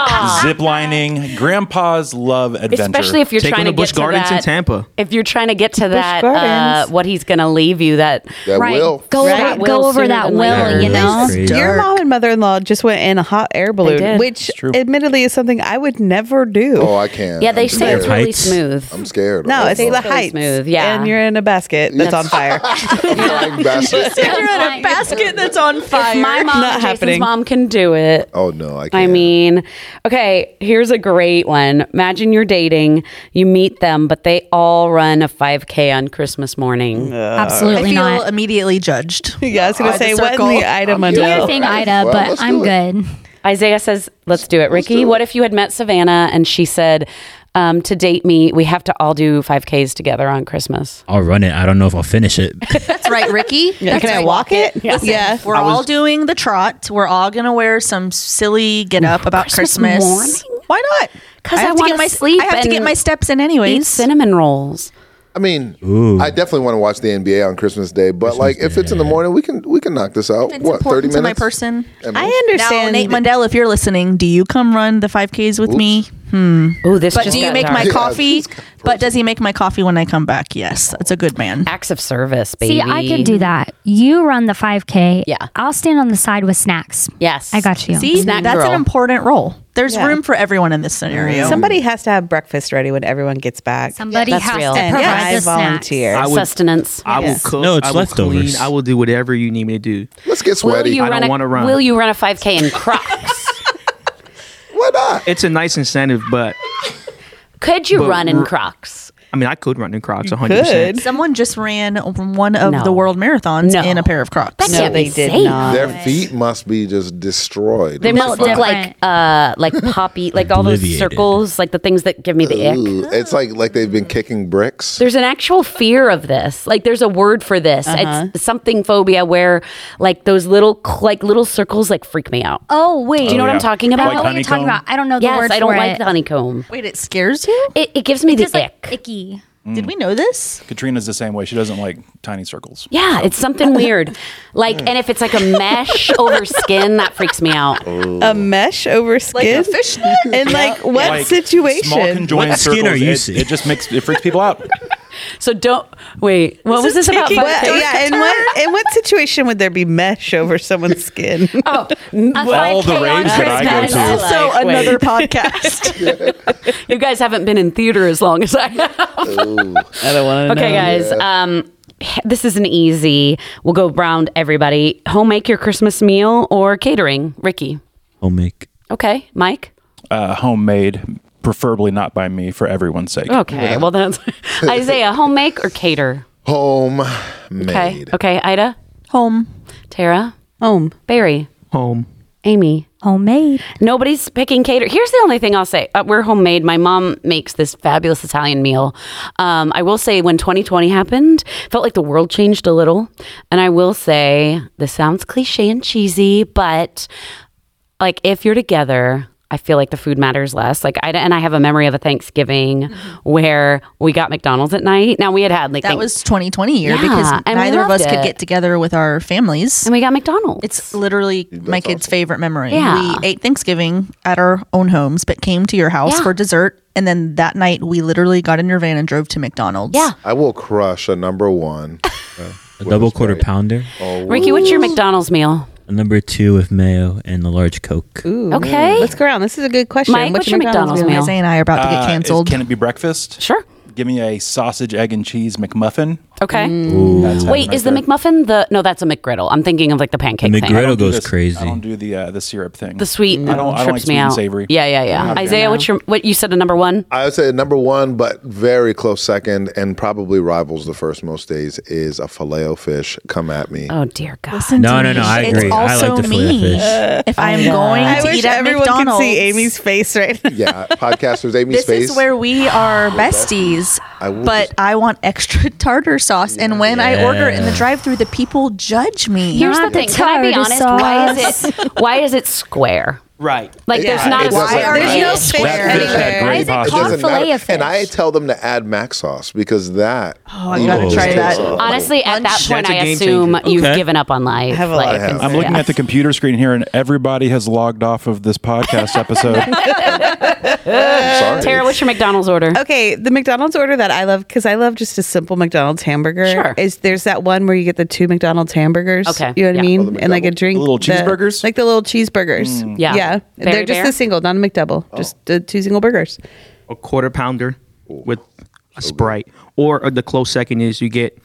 Speaker 3: Zip lining, grandpas love adventure.
Speaker 2: Especially if you're
Speaker 7: Take
Speaker 2: trying to
Speaker 7: him to
Speaker 2: get
Speaker 7: Busch
Speaker 2: to
Speaker 7: Gardens in
Speaker 2: that-
Speaker 7: Tampa.
Speaker 2: If you're trying to get to that, uh,
Speaker 6: Gardens.
Speaker 2: what he's going to leave you that.
Speaker 4: That
Speaker 8: Right.
Speaker 4: will.
Speaker 8: Go
Speaker 2: Right.
Speaker 8: over,
Speaker 2: Will
Speaker 8: go over
Speaker 2: sooner
Speaker 8: that
Speaker 2: than
Speaker 8: will,
Speaker 2: later.
Speaker 8: Oh, you know?
Speaker 5: This is
Speaker 6: Your
Speaker 5: dark.
Speaker 6: mom and mother in law just went in a hot air balloon,
Speaker 2: did.
Speaker 6: which
Speaker 3: true.
Speaker 6: admittedly is something I would never do.
Speaker 4: Oh, I can.
Speaker 2: Yeah, they
Speaker 4: I'm
Speaker 2: say it's
Speaker 4: scared.
Speaker 2: really
Speaker 1: Heights.
Speaker 2: smooth.
Speaker 4: I'm scared.
Speaker 6: no,
Speaker 4: Oh,
Speaker 6: it's
Speaker 4: no.
Speaker 6: the
Speaker 2: totally
Speaker 6: heights.
Speaker 2: smooth, yeah.
Speaker 6: and you're in a basket that's on fire.
Speaker 4: A flying basket.
Speaker 5: You're in a basket that's on fire.
Speaker 2: My mom,
Speaker 6: Not
Speaker 2: Jason's
Speaker 6: happening.
Speaker 2: mom can do it.
Speaker 4: Oh no, I can't.
Speaker 2: I mean, okay, here's a great one. Imagine you're dating, you meet them, but they all run a 5K on Christmas morning.
Speaker 5: I
Speaker 8: Absolutely
Speaker 5: feel
Speaker 8: not.
Speaker 5: immediately judged.
Speaker 6: yeah, I was gonna
Speaker 5: By the
Speaker 6: say what in
Speaker 5: circle.
Speaker 6: the item
Speaker 8: Do your
Speaker 6: under.
Speaker 8: thing, Ida,
Speaker 4: Well,
Speaker 8: but
Speaker 4: let's
Speaker 8: I'm
Speaker 4: do it.
Speaker 8: good.
Speaker 2: Isaiah says, let's do it. Ricky, what if you had met Savannah and she said, um, to date me, we have to all do 5Ks together on Christmas?
Speaker 1: I'll run it. I don't know if I'll finish it.
Speaker 5: That's right, Ricky.
Speaker 6: Yeah, can I walk it? Yeah.
Speaker 5: Listen, we're all doing the trot. We're all gonna wear some silly get up about
Speaker 2: Christmas
Speaker 5: Christmas.
Speaker 2: morning?
Speaker 5: Why not?
Speaker 2: 'Cause I
Speaker 5: have to
Speaker 2: wanna
Speaker 5: get my
Speaker 2: sleep
Speaker 5: I have to
Speaker 2: and
Speaker 5: get my steps in
Speaker 2: Eat
Speaker 5: anyways.
Speaker 2: cinnamon rolls.
Speaker 4: I mean, I definitely want to watch the NBA on Christmas Day, but like, if it's in the morning, we can we can knock this out.
Speaker 5: It's
Speaker 4: what thirty
Speaker 5: important
Speaker 4: minutes?
Speaker 5: to my person.
Speaker 4: At
Speaker 6: I
Speaker 4: most?
Speaker 5: Now,
Speaker 6: understand.
Speaker 5: Nate Mundell, if you're listening, do you come run the five Ks with me?
Speaker 2: Oh, this
Speaker 5: But
Speaker 2: just
Speaker 5: do you
Speaker 2: got
Speaker 5: make
Speaker 2: dark.
Speaker 5: my
Speaker 4: Yeah,
Speaker 5: coffee?
Speaker 4: it's
Speaker 5: But does he make my coffee when I come back? Yes, that's a good man.
Speaker 2: acts of service, baby?
Speaker 8: See, I can do that. You run the 5K.
Speaker 2: Yeah.
Speaker 8: I'll stand on the side with snacks.
Speaker 2: Yes,
Speaker 8: I got you.
Speaker 5: See,
Speaker 2: Snack
Speaker 5: that's
Speaker 2: girl.
Speaker 5: an important role. There's
Speaker 6: Yeah.
Speaker 5: room for everyone in this scenario.
Speaker 6: Somebody has to have breakfast ready when everyone gets back.
Speaker 8: Somebody
Speaker 2: That's
Speaker 8: has
Speaker 2: real.
Speaker 8: to
Speaker 2: And
Speaker 8: provide
Speaker 6: I
Speaker 8: the snacks.
Speaker 6: volunteer.
Speaker 7: I would-
Speaker 2: sustenance.
Speaker 7: I will cook.
Speaker 1: No, it's
Speaker 7: I will
Speaker 1: leftovers.
Speaker 7: Clean, I will do whatever you need me to do.
Speaker 4: Let's get sweaty.
Speaker 7: I don't
Speaker 2: a-
Speaker 7: wanna run.
Speaker 2: Will you run a 5K in Crocs?
Speaker 4: Why not?
Speaker 7: It's a nice incentive, but
Speaker 2: Could you
Speaker 7: But
Speaker 2: run in
Speaker 7: r-
Speaker 2: Crocs?
Speaker 7: I mean, I could run in Crocs 100.
Speaker 6: Good.
Speaker 7: percent
Speaker 5: Someone just ran one of
Speaker 2: No.
Speaker 5: the world marathons
Speaker 2: No.
Speaker 5: in a pair of Crocs.
Speaker 6: No,
Speaker 2: can't be
Speaker 6: they did
Speaker 2: safe.
Speaker 6: not.
Speaker 4: Their feet must be just destroyed.
Speaker 2: They
Speaker 4: It's
Speaker 2: must look
Speaker 4: fine.
Speaker 2: like uh like poppy like all those
Speaker 1: Obliviated.
Speaker 2: circles, like the things that give me the ick.
Speaker 4: Ooh, it's like like they've been kicking bricks.
Speaker 2: There's an actual fear of this. Like there's a word for this.
Speaker 8: Uh-huh.
Speaker 2: It's something phobia where like those little like little circles like freak me out.
Speaker 8: Oh wait,
Speaker 2: Do you know what I'm talking
Speaker 8: I
Speaker 2: about?
Speaker 8: don't know what you're talking about. I don't know the
Speaker 2: yes,
Speaker 8: word
Speaker 2: I don't
Speaker 8: for
Speaker 2: like
Speaker 8: it.
Speaker 2: the honeycomb.
Speaker 5: Wait, it scares you?
Speaker 2: It, it gives me
Speaker 8: It's just
Speaker 2: the
Speaker 8: like
Speaker 2: ick.
Speaker 8: icky.
Speaker 9: Mm.
Speaker 5: Did we know this?
Speaker 9: Katrina's the same way. She doesn't like tiny circles.
Speaker 2: yeah, it's something weird. Like, and if it's like a mesh over skin, that freaks me out.
Speaker 6: A mesh over skin.
Speaker 5: fishnet?
Speaker 6: In like what
Speaker 9: Like, Small
Speaker 6: situation?
Speaker 9: conjoined
Speaker 1: What skin
Speaker 9: circles,
Speaker 1: are you
Speaker 9: it,
Speaker 1: seeing?
Speaker 9: It just makes it freaks people out.
Speaker 2: So don't wait. What was this about?
Speaker 6: What, yeah, in what in what situation would there be mesh over someone's skin?
Speaker 9: All the range that I go to.
Speaker 5: also
Speaker 2: Like, wait.
Speaker 5: another podcast.
Speaker 2: You guys haven't been in theater as long as I have.
Speaker 6: I don't want
Speaker 2: Okay, guys. Um, this is an easy. We'll go round everybody. Home make your Christmas meal or catering, Ricky.
Speaker 1: I'll make.
Speaker 2: Okay, Mike.
Speaker 9: Uh, homemade, preferably not by me, for everyone's sake.
Speaker 6: Oh,
Speaker 2: Okay, well that's Isaiah. Home make or cater?
Speaker 4: Home
Speaker 2: Okay,
Speaker 4: made.
Speaker 2: okay. Ida,
Speaker 5: Home.
Speaker 2: Tara,
Speaker 6: Home.
Speaker 2: Barry,
Speaker 7: Home.
Speaker 2: Amy.
Speaker 8: Homemade.
Speaker 2: Nobody's picking cater. Here's the only thing I'll say. Uh, we're homemade. My mom makes this fabulous Italian meal. Um, I will say when 2020 happened, felt like the world changed a little. And I will say this sounds cliche and cheesy, but like if you're together, I feel like the food matters less. Like I and I have a memory of a Thanksgiving where we got McDonald's at night. Now we had had like
Speaker 5: Mm-hmm. That
Speaker 2: thank-
Speaker 5: was 2020 year
Speaker 2: Yeah,
Speaker 5: because
Speaker 2: and we
Speaker 5: neither of
Speaker 2: loved
Speaker 5: us could
Speaker 2: it.
Speaker 5: get together with our families.
Speaker 2: and we got McDonald's.
Speaker 5: It's literally my kid's favorite memory.
Speaker 2: Yeah.
Speaker 5: We ate Thanksgiving at our own homes, but came to your house
Speaker 2: Yeah.
Speaker 5: for dessert. And then that night, we literally got in your van and drove to McDonald's.
Speaker 2: Yeah.
Speaker 4: I will crush a number one. Oh,
Speaker 1: A double quarter pounder,
Speaker 2: Ricky, what's your McDonald's meal?
Speaker 1: a number two with mayo, and a large Coke.
Speaker 6: Ooh,
Speaker 2: Okay.
Speaker 6: Let's go around. This is a good question.
Speaker 2: Mike, what's your McDonald's meal?
Speaker 5: Isaiah and I are about to
Speaker 9: Uh,
Speaker 5: get
Speaker 9: is-
Speaker 5: canceled.
Speaker 9: can it be breakfast?
Speaker 2: Sure.
Speaker 9: Give me a sausage, egg, and cheese McMuffin.
Speaker 2: Okay.
Speaker 5: Mm.
Speaker 9: That's heaven
Speaker 2: Wait,
Speaker 9: right
Speaker 2: is the
Speaker 9: there.
Speaker 2: McMuffin the no? That's a McGriddle. I'm thinking of like the pancake
Speaker 1: The
Speaker 2: thing.
Speaker 1: McGriddle
Speaker 9: do
Speaker 1: goes
Speaker 9: this-
Speaker 1: crazy.
Speaker 9: I don't do the uh, the syrup thing.
Speaker 2: The sweet
Speaker 9: Mm. I don't- I
Speaker 2: trips
Speaker 9: don't like
Speaker 2: me
Speaker 9: sweet and
Speaker 2: out.
Speaker 9: savory.
Speaker 2: Yeah, yeah, yeah. Isaiah, what's your what you said? A number one.
Speaker 4: I would say number one, but very close second, and probably rivals the first most days is a filet o fish. Come at me.
Speaker 2: Oh dear God.
Speaker 5: Listen
Speaker 1: No,
Speaker 5: to
Speaker 1: no,
Speaker 5: me.
Speaker 1: no, I
Speaker 5: It's
Speaker 1: agree. I
Speaker 5: also
Speaker 1: like the filet
Speaker 5: me.
Speaker 7: Oh
Speaker 1: fish.
Speaker 5: If I'm going
Speaker 6: I
Speaker 5: to
Speaker 6: wish
Speaker 5: eat at
Speaker 6: everyone
Speaker 5: McDonald's,
Speaker 6: could see Amy's face right now.
Speaker 4: Yeah, podcasters, Amy's
Speaker 5: this
Speaker 4: face.
Speaker 5: is where we are besties.
Speaker 4: I will
Speaker 5: but
Speaker 4: just-
Speaker 5: I want extra tartar sauce, and when I order it in the drive-through, the people judge me.
Speaker 2: Here's the
Speaker 8: Not the
Speaker 2: thing. Can I be
Speaker 8: tartar
Speaker 2: honest? Why is it why is it square?
Speaker 7: Right.
Speaker 2: Like
Speaker 4: It-
Speaker 2: there's
Speaker 4: yeah,
Speaker 2: not
Speaker 4: it
Speaker 2: a
Speaker 4: doesn't
Speaker 2: square.
Speaker 4: matter. There's
Speaker 6: no
Speaker 4: That
Speaker 6: space
Speaker 9: That fish had
Speaker 6: anywhere.
Speaker 9: great
Speaker 8: is it
Speaker 9: pasta.
Speaker 8: called
Speaker 4: Doesn't
Speaker 8: Filet
Speaker 4: matter.
Speaker 8: of fish.
Speaker 4: And I tell them to add mac sauce because that. Oh, I
Speaker 5: gotta try that.
Speaker 2: Honestly, at that
Speaker 7: Lunch.
Speaker 2: point,
Speaker 7: That's a
Speaker 2: I
Speaker 7: game
Speaker 2: assume
Speaker 7: changer.
Speaker 2: you've
Speaker 1: Okay.
Speaker 2: given up on life.
Speaker 6: have a lot
Speaker 2: like,
Speaker 6: of
Speaker 2: it's-
Speaker 9: I'm looking at the computer screen here, and everybody has logged off of this podcast episode.
Speaker 4: Sorry.
Speaker 2: Tara, what's your McDonald's order?
Speaker 6: Okay, the McDonald's order that I love because I love just a simple McDonald's hamburger.
Speaker 2: Sure.
Speaker 6: Is there's that one where you get the two McDonald's hamburgers?
Speaker 2: Okay,
Speaker 6: you know what
Speaker 2: yeah.
Speaker 6: I mean, and like a drink,
Speaker 9: Oh, The little
Speaker 6: the-
Speaker 9: cheeseburgers? Hmm.
Speaker 6: like the little cheeseburgers.
Speaker 2: Yeah.
Speaker 6: yeah,
Speaker 2: Very
Speaker 6: they're just
Speaker 2: fair.
Speaker 6: a single, not a McDouble,
Speaker 9: Oh.
Speaker 6: just the two single burgers.
Speaker 7: A quarter pounder with a Sprite, or uh, the close second is you get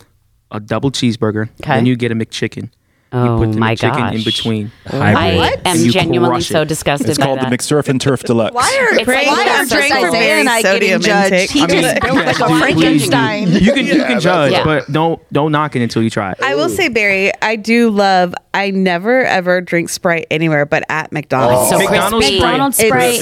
Speaker 7: a double cheeseburger,
Speaker 2: Okay.
Speaker 7: then you get a McChicken.
Speaker 2: Oh,
Speaker 7: you put the
Speaker 2: my
Speaker 7: McChicken
Speaker 2: gosh.
Speaker 7: in between.
Speaker 1: Hybrid.
Speaker 2: I am
Speaker 7: You
Speaker 2: genuinely
Speaker 7: crush
Speaker 2: so
Speaker 7: it.
Speaker 2: disgusted
Speaker 9: it's
Speaker 2: by
Speaker 9: called
Speaker 2: that.
Speaker 9: the McSurf and Turf Deluxe.
Speaker 2: It's like
Speaker 6: Why
Speaker 2: that
Speaker 6: are
Speaker 2: so
Speaker 6: drink for
Speaker 2: solid.
Speaker 6: very
Speaker 5: and I getting
Speaker 6: sodium
Speaker 5: judged?
Speaker 6: intake?
Speaker 5: He
Speaker 6: I mean,
Speaker 5: just
Speaker 6: yes,
Speaker 5: like
Speaker 7: dude,
Speaker 5: a
Speaker 7: please,
Speaker 5: Frankenstein.
Speaker 7: You can you can judge,
Speaker 2: Yeah.
Speaker 7: but don't don't knock it until you try it.
Speaker 6: I will say, Barry, I do love. I never ever drink Sprite anywhere, but at McDonald's.
Speaker 2: So
Speaker 7: McDonald's
Speaker 2: crispy.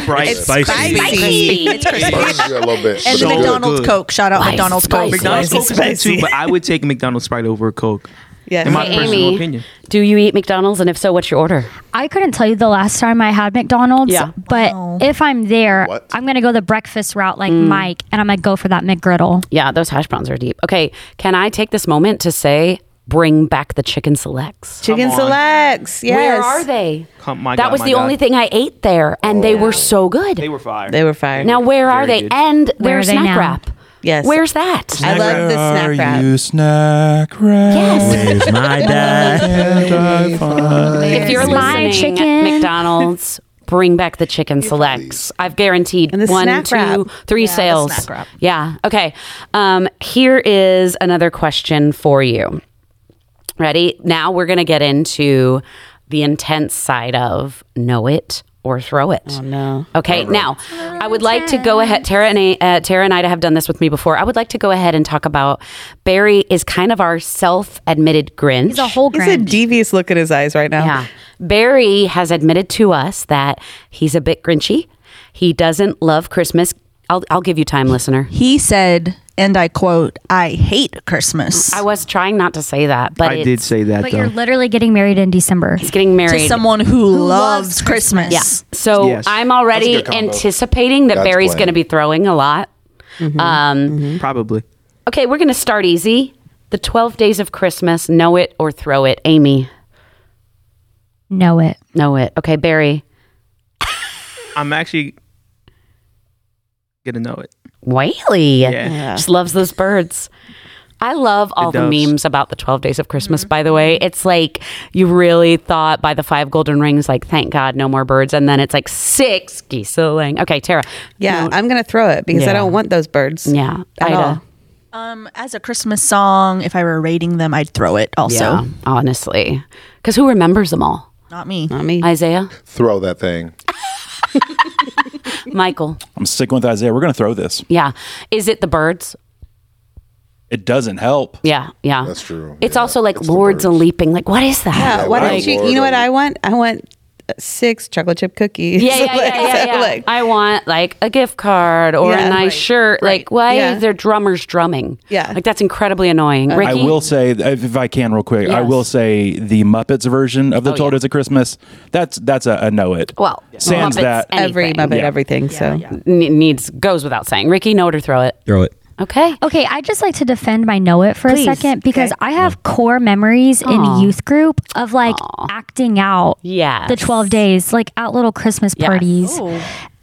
Speaker 6: It's so
Speaker 7: Sprite.
Speaker 8: McDonald's Sprite.
Speaker 7: McDonald's Sprite.
Speaker 6: it's
Speaker 1: Spicy.
Speaker 6: spicy.
Speaker 2: Spicy.
Speaker 5: It's crispy.
Speaker 4: Yeah, a little bit.
Speaker 5: And
Speaker 4: but it's good.
Speaker 5: McDonald's
Speaker 7: good.
Speaker 5: Coke. Shout out
Speaker 2: Spice,
Speaker 5: McDonald's
Speaker 2: spice,
Speaker 5: Coke.
Speaker 7: McDonald's Coke is good
Speaker 6: Spicy.
Speaker 7: too, but I would take McDonald's Sprite over a Coke.
Speaker 6: Yes.
Speaker 7: In my
Speaker 2: Hey,
Speaker 7: personal
Speaker 2: Amy,
Speaker 7: opinion.
Speaker 2: do you eat McDonald's? And if so, what's your order?
Speaker 8: I couldn't tell you the last time I had McDonald's,
Speaker 2: Yeah.
Speaker 8: but if I'm there,
Speaker 4: What?
Speaker 8: I'm gonna go the breakfast route
Speaker 2: Mm.
Speaker 8: like Mike, and I'm gonna go for that McGriddle.
Speaker 2: Yeah, those hash browns are deep. Okay, can I take this moment to say, bring back the chicken selects?
Speaker 6: Chicken
Speaker 7: Come on.
Speaker 6: selects. Yes.
Speaker 2: Where are they?
Speaker 7: Come- my
Speaker 2: that
Speaker 7: God,
Speaker 2: was
Speaker 7: my
Speaker 2: the
Speaker 7: God.
Speaker 2: only thing I ate there, and they were so good.
Speaker 7: They were fire.
Speaker 6: They were fire.
Speaker 2: now, where are they?
Speaker 7: Very good.
Speaker 2: And
Speaker 8: Where
Speaker 2: their
Speaker 8: are they
Speaker 2: snack
Speaker 8: now?
Speaker 2: wrap.
Speaker 6: Yes.
Speaker 2: Where's that?
Speaker 6: I love the
Speaker 9: Are
Speaker 6: snack wrap.
Speaker 9: you snack wrap?
Speaker 2: Yes.
Speaker 1: Where's my dad?
Speaker 9: And I find-
Speaker 2: if you're
Speaker 8: There's my
Speaker 2: listening,
Speaker 8: chicken.
Speaker 2: McDonald's, bring back the chicken selects. I've guaranteed
Speaker 6: And the
Speaker 2: one,
Speaker 6: snack
Speaker 2: two,
Speaker 6: wrap.
Speaker 2: three sales.
Speaker 5: snack wrap.
Speaker 2: Yeah. Okay. Um, here is another question for you. Ready? Now we're going to get into the intense side of know it or throw it. Oh,
Speaker 6: no.
Speaker 2: Okay, now I would like to go ahead. Tara and I- uh, Tara and Ida have done this with me before. I would like to go ahead and talk about Barry is kind of our self-admitted Grinch.
Speaker 8: He's a whole
Speaker 6: He's a
Speaker 8: Grinch.
Speaker 6: devious look in his eyes right now.
Speaker 2: Yeah. Barry has admitted to us that he's a bit grinchy. He doesn't love Christmas. I'll, I'll give you time, listener.
Speaker 5: He said, and I quote, I hate Christmas.
Speaker 2: I was trying not to say that, but
Speaker 7: I
Speaker 2: it's-
Speaker 7: did say that
Speaker 8: but
Speaker 7: though.
Speaker 8: you're literally getting married in December.
Speaker 2: He's getting married.
Speaker 5: to someone who, loves
Speaker 8: loves
Speaker 5: Christmas.
Speaker 2: Yeah. So
Speaker 7: Yes.
Speaker 2: I'm already
Speaker 4: That's a good combo.
Speaker 2: anticipating that
Speaker 4: God's
Speaker 2: Barry's
Speaker 4: plan.
Speaker 2: going to be throwing a lot.
Speaker 5: Mm-hmm.
Speaker 2: Um,
Speaker 7: Probably.
Speaker 2: Okay, we're going to start easy. The 12 days of Christmas, know it or throw it. Amy,
Speaker 8: Know it.
Speaker 2: know it. Okay, Barry,
Speaker 7: I'm actually gonna know it.
Speaker 2: Whaley.
Speaker 7: Yeah.
Speaker 2: Just loves those birds. I love all the
Speaker 7: doves.
Speaker 2: memes about the 12 days of Christmas,
Speaker 6: Mm-hmm.
Speaker 2: by the way. It's like you really thought by the five golden rings, like, thank God, no more birds. And then it's like six geeseling. Okay, Tara.
Speaker 6: Yeah, I'm gonna throw it because
Speaker 2: Yeah.
Speaker 6: I don't want those birds.
Speaker 2: Yeah.
Speaker 6: at
Speaker 2: Ida.
Speaker 6: all.
Speaker 5: Um, as a Christmas song, if I were rating them, I'd throw it also.
Speaker 2: Yeah, honestly. Because who remembers them all?
Speaker 5: Not me.
Speaker 6: Not me.
Speaker 2: Isaiah,
Speaker 4: Throw that thing.
Speaker 2: Michael.
Speaker 9: I'm sticking with Isaiah. We're going to throw this.
Speaker 2: Yeah. Is it the birds?
Speaker 9: It doesn't help.
Speaker 2: Yeah. Yeah.
Speaker 4: That's true.
Speaker 2: It's
Speaker 4: Yeah,
Speaker 2: also like
Speaker 4: it's the
Speaker 2: lords a
Speaker 4: birds.
Speaker 2: leaping. Like, what is that?
Speaker 6: yeah, why
Speaker 4: wow.
Speaker 6: don't you?
Speaker 4: Lord,
Speaker 6: You know what
Speaker 4: oh.
Speaker 6: I want? I want uh, six chocolate chip cookies.
Speaker 2: Yeah, yeah, yeah, yeah, yeah.
Speaker 6: Like-
Speaker 2: I want like a gift card or
Speaker 6: Yeah,
Speaker 2: a nice
Speaker 6: right,
Speaker 2: shirt. Like,
Speaker 6: right.
Speaker 2: why
Speaker 6: Yeah.
Speaker 2: are there drummers drumming?
Speaker 6: Yeah.
Speaker 2: like that's incredibly annoying. Ricky,
Speaker 9: I will say, if if I can, real quick, I
Speaker 2: Yes.
Speaker 9: will say the Muppets version of the
Speaker 2: Oh,
Speaker 9: oh, Told
Speaker 2: yeah.
Speaker 9: Us a Christmas. That's that's a, a know it.
Speaker 2: Well,
Speaker 9: sans
Speaker 2: Muppets
Speaker 9: that,
Speaker 2: and-
Speaker 6: every
Speaker 2: Anything.
Speaker 6: Muppet, everything. so
Speaker 2: ne- needs goes without saying. Ricky, know it or throw it.
Speaker 1: Throw it.
Speaker 2: Okay.
Speaker 8: Okay, I just like to defend my know it for
Speaker 6: Please.
Speaker 8: a second because I have core memories in youth group of like acting out
Speaker 2: Yes.
Speaker 8: the 12 days, like at little Christmas
Speaker 2: Yes.
Speaker 8: parties,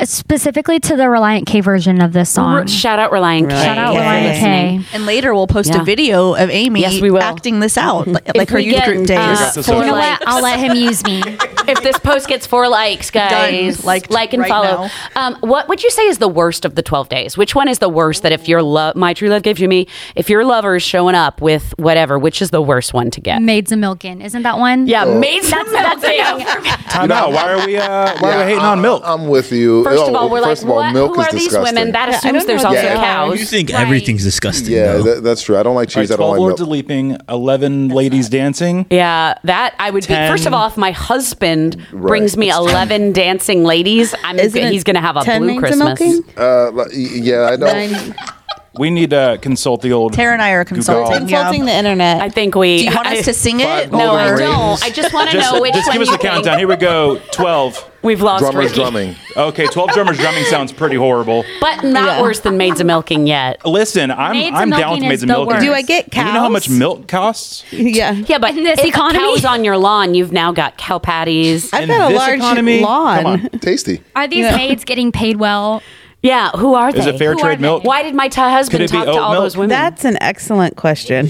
Speaker 8: specifically to the Reliant K version of this song.
Speaker 2: R- shout out Reliant K.
Speaker 8: Shout out
Speaker 2: if you're
Speaker 8: Reliant
Speaker 2: listening.
Speaker 8: K.
Speaker 5: And later we'll post
Speaker 2: Yeah.
Speaker 5: a video of Amy
Speaker 2: Yes, we will.
Speaker 5: acting this out, like,
Speaker 2: If
Speaker 5: like her
Speaker 2: we
Speaker 5: youth
Speaker 2: get,
Speaker 5: group days.
Speaker 2: uh,
Speaker 9: the
Speaker 2: four
Speaker 8: You know
Speaker 2: likes,
Speaker 8: what? I'll let him use me.
Speaker 2: if this post gets four likes, guys,
Speaker 5: Done. Liked
Speaker 2: like and
Speaker 5: right
Speaker 2: follow. Um, what would you say is the worst of the twelve days? Which one is the worst? That if your love, my true love gives you me, if your lover is showing up with whatever, which is the worst one to get?
Speaker 8: Maids of Milken. Isn't that one?
Speaker 2: Yeah, maids that's, that's
Speaker 9: Time out. Why are we uh, why are we hating on milk?
Speaker 4: I'm with you.
Speaker 2: First of
Speaker 4: Oh,
Speaker 2: all, we're like,
Speaker 4: first of all,
Speaker 2: what?
Speaker 4: milk
Speaker 2: Who
Speaker 4: is
Speaker 2: are these
Speaker 4: disgusting.
Speaker 2: women? That
Speaker 6: I
Speaker 2: assumes
Speaker 6: don't
Speaker 2: there's
Speaker 6: know
Speaker 2: also
Speaker 6: what they are.
Speaker 2: cows.
Speaker 1: You think everything's disgusting?
Speaker 4: Yeah,
Speaker 1: though.
Speaker 4: that, that's true. I don't like
Speaker 9: All right,
Speaker 4: cheese. I don't
Speaker 9: Twelve
Speaker 4: like
Speaker 9: Lords
Speaker 4: milk.
Speaker 9: of Leaping, eleven ladies dancing.
Speaker 2: yeah, that I would be.
Speaker 9: Ten.
Speaker 2: First of all, if my husband brings me eleven dancing ladies, I'm
Speaker 6: Isn't it
Speaker 2: he's gonna have a
Speaker 6: 10
Speaker 2: blue
Speaker 6: maids a
Speaker 2: Christmas.
Speaker 6: milking?
Speaker 4: Uh, li- yeah, I don't.
Speaker 6: Nine-
Speaker 9: We need to consult the old.
Speaker 5: Tara and I are
Speaker 9: Google.
Speaker 5: consulting. Yeah.
Speaker 6: Consulting the internet.
Speaker 2: I think we.
Speaker 5: Do you want us to sing
Speaker 4: Five
Speaker 5: it?
Speaker 4: gold
Speaker 2: No,
Speaker 4: Golden
Speaker 2: I
Speaker 4: rings.
Speaker 2: don't. I just want to
Speaker 9: Just,
Speaker 2: know which
Speaker 9: just
Speaker 2: one
Speaker 9: give us
Speaker 2: you
Speaker 9: the countdown.
Speaker 2: Think.
Speaker 9: Here we go. Twelve.
Speaker 2: We've lost
Speaker 4: Drummers
Speaker 2: Ricky.
Speaker 4: drumming.
Speaker 9: Okay, twelve drummers drumming sounds pretty horrible.
Speaker 2: but not worse than maids a milking yet.
Speaker 9: Listen, I'm
Speaker 8: Maids
Speaker 9: I'm
Speaker 8: and
Speaker 9: down with
Speaker 8: milking
Speaker 9: maids
Speaker 8: is
Speaker 9: and
Speaker 8: the
Speaker 9: milking.
Speaker 8: worst.
Speaker 6: Do I get
Speaker 9: And You know how
Speaker 6: cows?
Speaker 9: much milk costs?
Speaker 6: yeah.
Speaker 2: Yeah, but
Speaker 8: In this
Speaker 2: if a
Speaker 8: economy?
Speaker 2: cow's on your lawn, you've now got cow patties.
Speaker 6: I've
Speaker 9: In
Speaker 6: got a
Speaker 9: this
Speaker 6: large
Speaker 9: economy? Come
Speaker 6: lawn.
Speaker 9: on.
Speaker 4: Tasty.
Speaker 8: Are these maids getting paid well?
Speaker 2: Yeah, who are they?
Speaker 9: Is it fair
Speaker 2: Who are
Speaker 9: trade
Speaker 2: they?
Speaker 9: milk?
Speaker 2: Why did my t-
Speaker 9: Could
Speaker 2: husband
Speaker 9: it be
Speaker 2: talk to
Speaker 9: oat
Speaker 2: all
Speaker 9: milk?
Speaker 2: those women?
Speaker 6: That's an excellent question.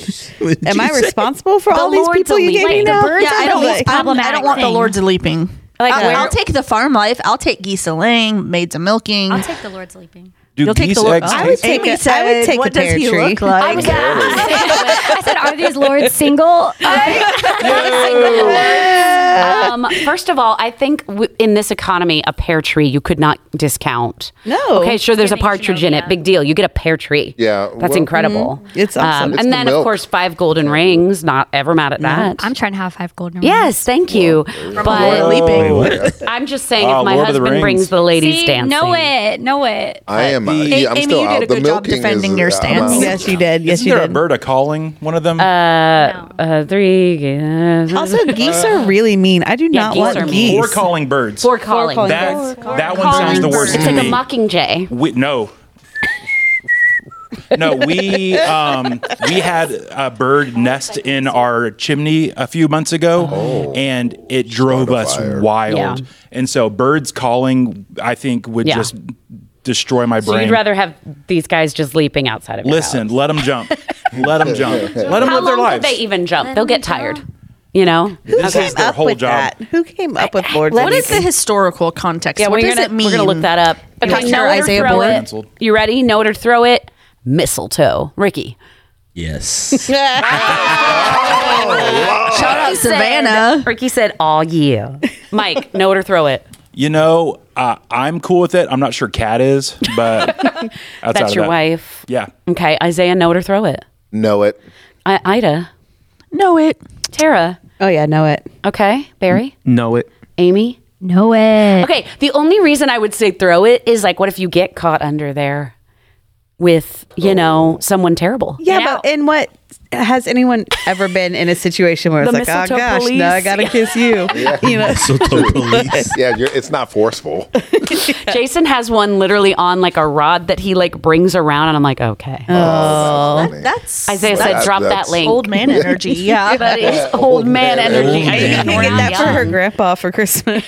Speaker 6: Am I responsible for
Speaker 2: The
Speaker 6: all these
Speaker 2: Lord's
Speaker 6: people you gave
Speaker 2: elite. Like,
Speaker 6: me
Speaker 2: the
Speaker 6: now?
Speaker 2: birds
Speaker 5: Yeah, I don't,
Speaker 8: Like-
Speaker 5: I don't- I don't want the
Speaker 8: Thing.
Speaker 5: Lords a leaping.
Speaker 2: Like,
Speaker 5: I'll,
Speaker 2: where-
Speaker 5: Uh, I'll take the farm life. I'll take geese a ling, maids a milking.
Speaker 8: I'll take the Lord's Leaping.
Speaker 9: Do
Speaker 5: You'll take
Speaker 9: geese
Speaker 5: the Lord.
Speaker 9: eggs?
Speaker 5: Oh.
Speaker 6: I
Speaker 9: taste-
Speaker 6: would take
Speaker 5: Amy
Speaker 6: a- I
Speaker 5: said,
Speaker 6: would take a
Speaker 5: what does
Speaker 6: pear
Speaker 5: he
Speaker 6: tree."
Speaker 5: look like?
Speaker 2: I was gonna
Speaker 8: I said, are these lords single?
Speaker 2: um, first of all, I think w- in this economy, a pear tree you could not discount.
Speaker 6: No.
Speaker 2: Okay, sure. There's a
Speaker 8: Giving
Speaker 2: partridge in it.
Speaker 8: Genovia.
Speaker 2: Big deal. You get a pear tree.
Speaker 4: Yeah,
Speaker 2: that's
Speaker 4: well-
Speaker 2: incredible.
Speaker 9: mm-hmm.
Speaker 6: It's
Speaker 2: Um,
Speaker 6: awesome. It's
Speaker 2: and
Speaker 4: the
Speaker 2: then, of
Speaker 4: milk.
Speaker 2: course, five golden rings. Not ever mad at that.
Speaker 8: I'm trying to have five golden rings.
Speaker 2: yes, thank you.
Speaker 5: Lord
Speaker 2: But
Speaker 5: leaping.
Speaker 2: I'm just saying,
Speaker 9: Oh,
Speaker 2: if my
Speaker 9: Lord of the
Speaker 2: husband
Speaker 9: Rings.
Speaker 2: brings the ladies
Speaker 8: See,
Speaker 2: dancing,
Speaker 8: know it, know it.
Speaker 4: I am. uh, yeah, I'm
Speaker 5: Amy,
Speaker 4: still
Speaker 5: you did
Speaker 4: out.
Speaker 5: a
Speaker 4: The
Speaker 5: good job
Speaker 4: milking is,
Speaker 5: defending your
Speaker 4: uh, I'm out.
Speaker 5: stance.
Speaker 6: Yes, you did. Yes,
Speaker 9: Isn't
Speaker 6: you
Speaker 9: there a
Speaker 6: did.
Speaker 9: bird a calling one of them?
Speaker 2: Uh, three. Uh,
Speaker 6: Also, geese are really mean. I do not
Speaker 2: geese
Speaker 6: want
Speaker 2: are mean.
Speaker 6: geese.
Speaker 9: Or calling birds.
Speaker 2: four calling.
Speaker 6: calling.
Speaker 9: that that one
Speaker 2: Calling
Speaker 9: sounds the
Speaker 2: birds.
Speaker 9: worst
Speaker 2: It's
Speaker 9: to
Speaker 2: like
Speaker 9: me.
Speaker 2: a mockingjay.
Speaker 9: We, no. no, we um, we had a bird nest in our chimney a few months ago, and it drove us
Speaker 4: fire.
Speaker 9: wild.
Speaker 2: Yeah.
Speaker 9: And so, birds calling, I think, would
Speaker 2: Yeah.
Speaker 9: just destroy my brain.
Speaker 2: So you'd rather have these guys just leaping outside of your
Speaker 9: listen.
Speaker 2: house.
Speaker 9: Let them jump. let them jump. Let them
Speaker 2: How
Speaker 9: live
Speaker 2: long
Speaker 9: their lives.
Speaker 2: could they even jump? They'll get tired.
Speaker 8: jump.
Speaker 2: You know.
Speaker 9: this
Speaker 6: Who
Speaker 9: is
Speaker 6: came
Speaker 9: their
Speaker 6: up
Speaker 9: whole
Speaker 6: with
Speaker 9: job.
Speaker 6: that? Who came up with Lord?
Speaker 5: What is the historical context?
Speaker 2: Yeah,
Speaker 5: what
Speaker 2: we're
Speaker 5: does
Speaker 2: gonna,
Speaker 5: it mean?
Speaker 2: We're gonna look that up.
Speaker 5: Dr.
Speaker 2: Okay, know it or
Speaker 5: Isaiah
Speaker 2: throw
Speaker 5: Bourne.
Speaker 2: it.
Speaker 9: Canceled.
Speaker 2: You ready? Know it or throw it. Mistletoe, Ricky.
Speaker 1: Yes.
Speaker 5: Shout out Savannah.
Speaker 2: Ricky said all year. Mike, know it or throw it.
Speaker 9: You know, uh, I'm cool with it. I'm not sure Kat is, but outside
Speaker 2: That's
Speaker 9: of
Speaker 2: your
Speaker 9: that-
Speaker 2: wife.
Speaker 9: Yeah.
Speaker 2: Okay, Isaiah, know it or throw it.
Speaker 4: Know it.
Speaker 2: I- Ida,
Speaker 5: Know it.
Speaker 2: Tara.
Speaker 6: Oh yeah, know it.
Speaker 2: Okay, Barry,
Speaker 7: Know it.
Speaker 2: Amy.
Speaker 8: Know it.
Speaker 2: Okay, the only reason I would say throw it is like, what if you get caught under there with you know someone terrible?
Speaker 6: Yeah, but in what has anyone ever been in a situation where it's
Speaker 2: The
Speaker 6: like, oh
Speaker 2: mistletoe
Speaker 6: gosh,
Speaker 2: police."
Speaker 6: now I gotta kiss you. You know,
Speaker 1: Mistletoe police.
Speaker 4: Yeah, you're, it's not forceful. Oh,
Speaker 2: Jason has one literally on like a rod that he like brings around, and I'm like, okay.
Speaker 4: Oh,
Speaker 5: That's
Speaker 2: Isaiah said,
Speaker 4: That-
Speaker 2: "Drop that
Speaker 4: that's-
Speaker 2: link."
Speaker 5: old man energy. Yeah.
Speaker 2: but it's old man
Speaker 4: man
Speaker 2: energy.
Speaker 4: energy.
Speaker 2: I
Speaker 6: you
Speaker 2: think
Speaker 6: get
Speaker 2: we're
Speaker 6: that for
Speaker 2: young.
Speaker 6: her grandpa for Christmas.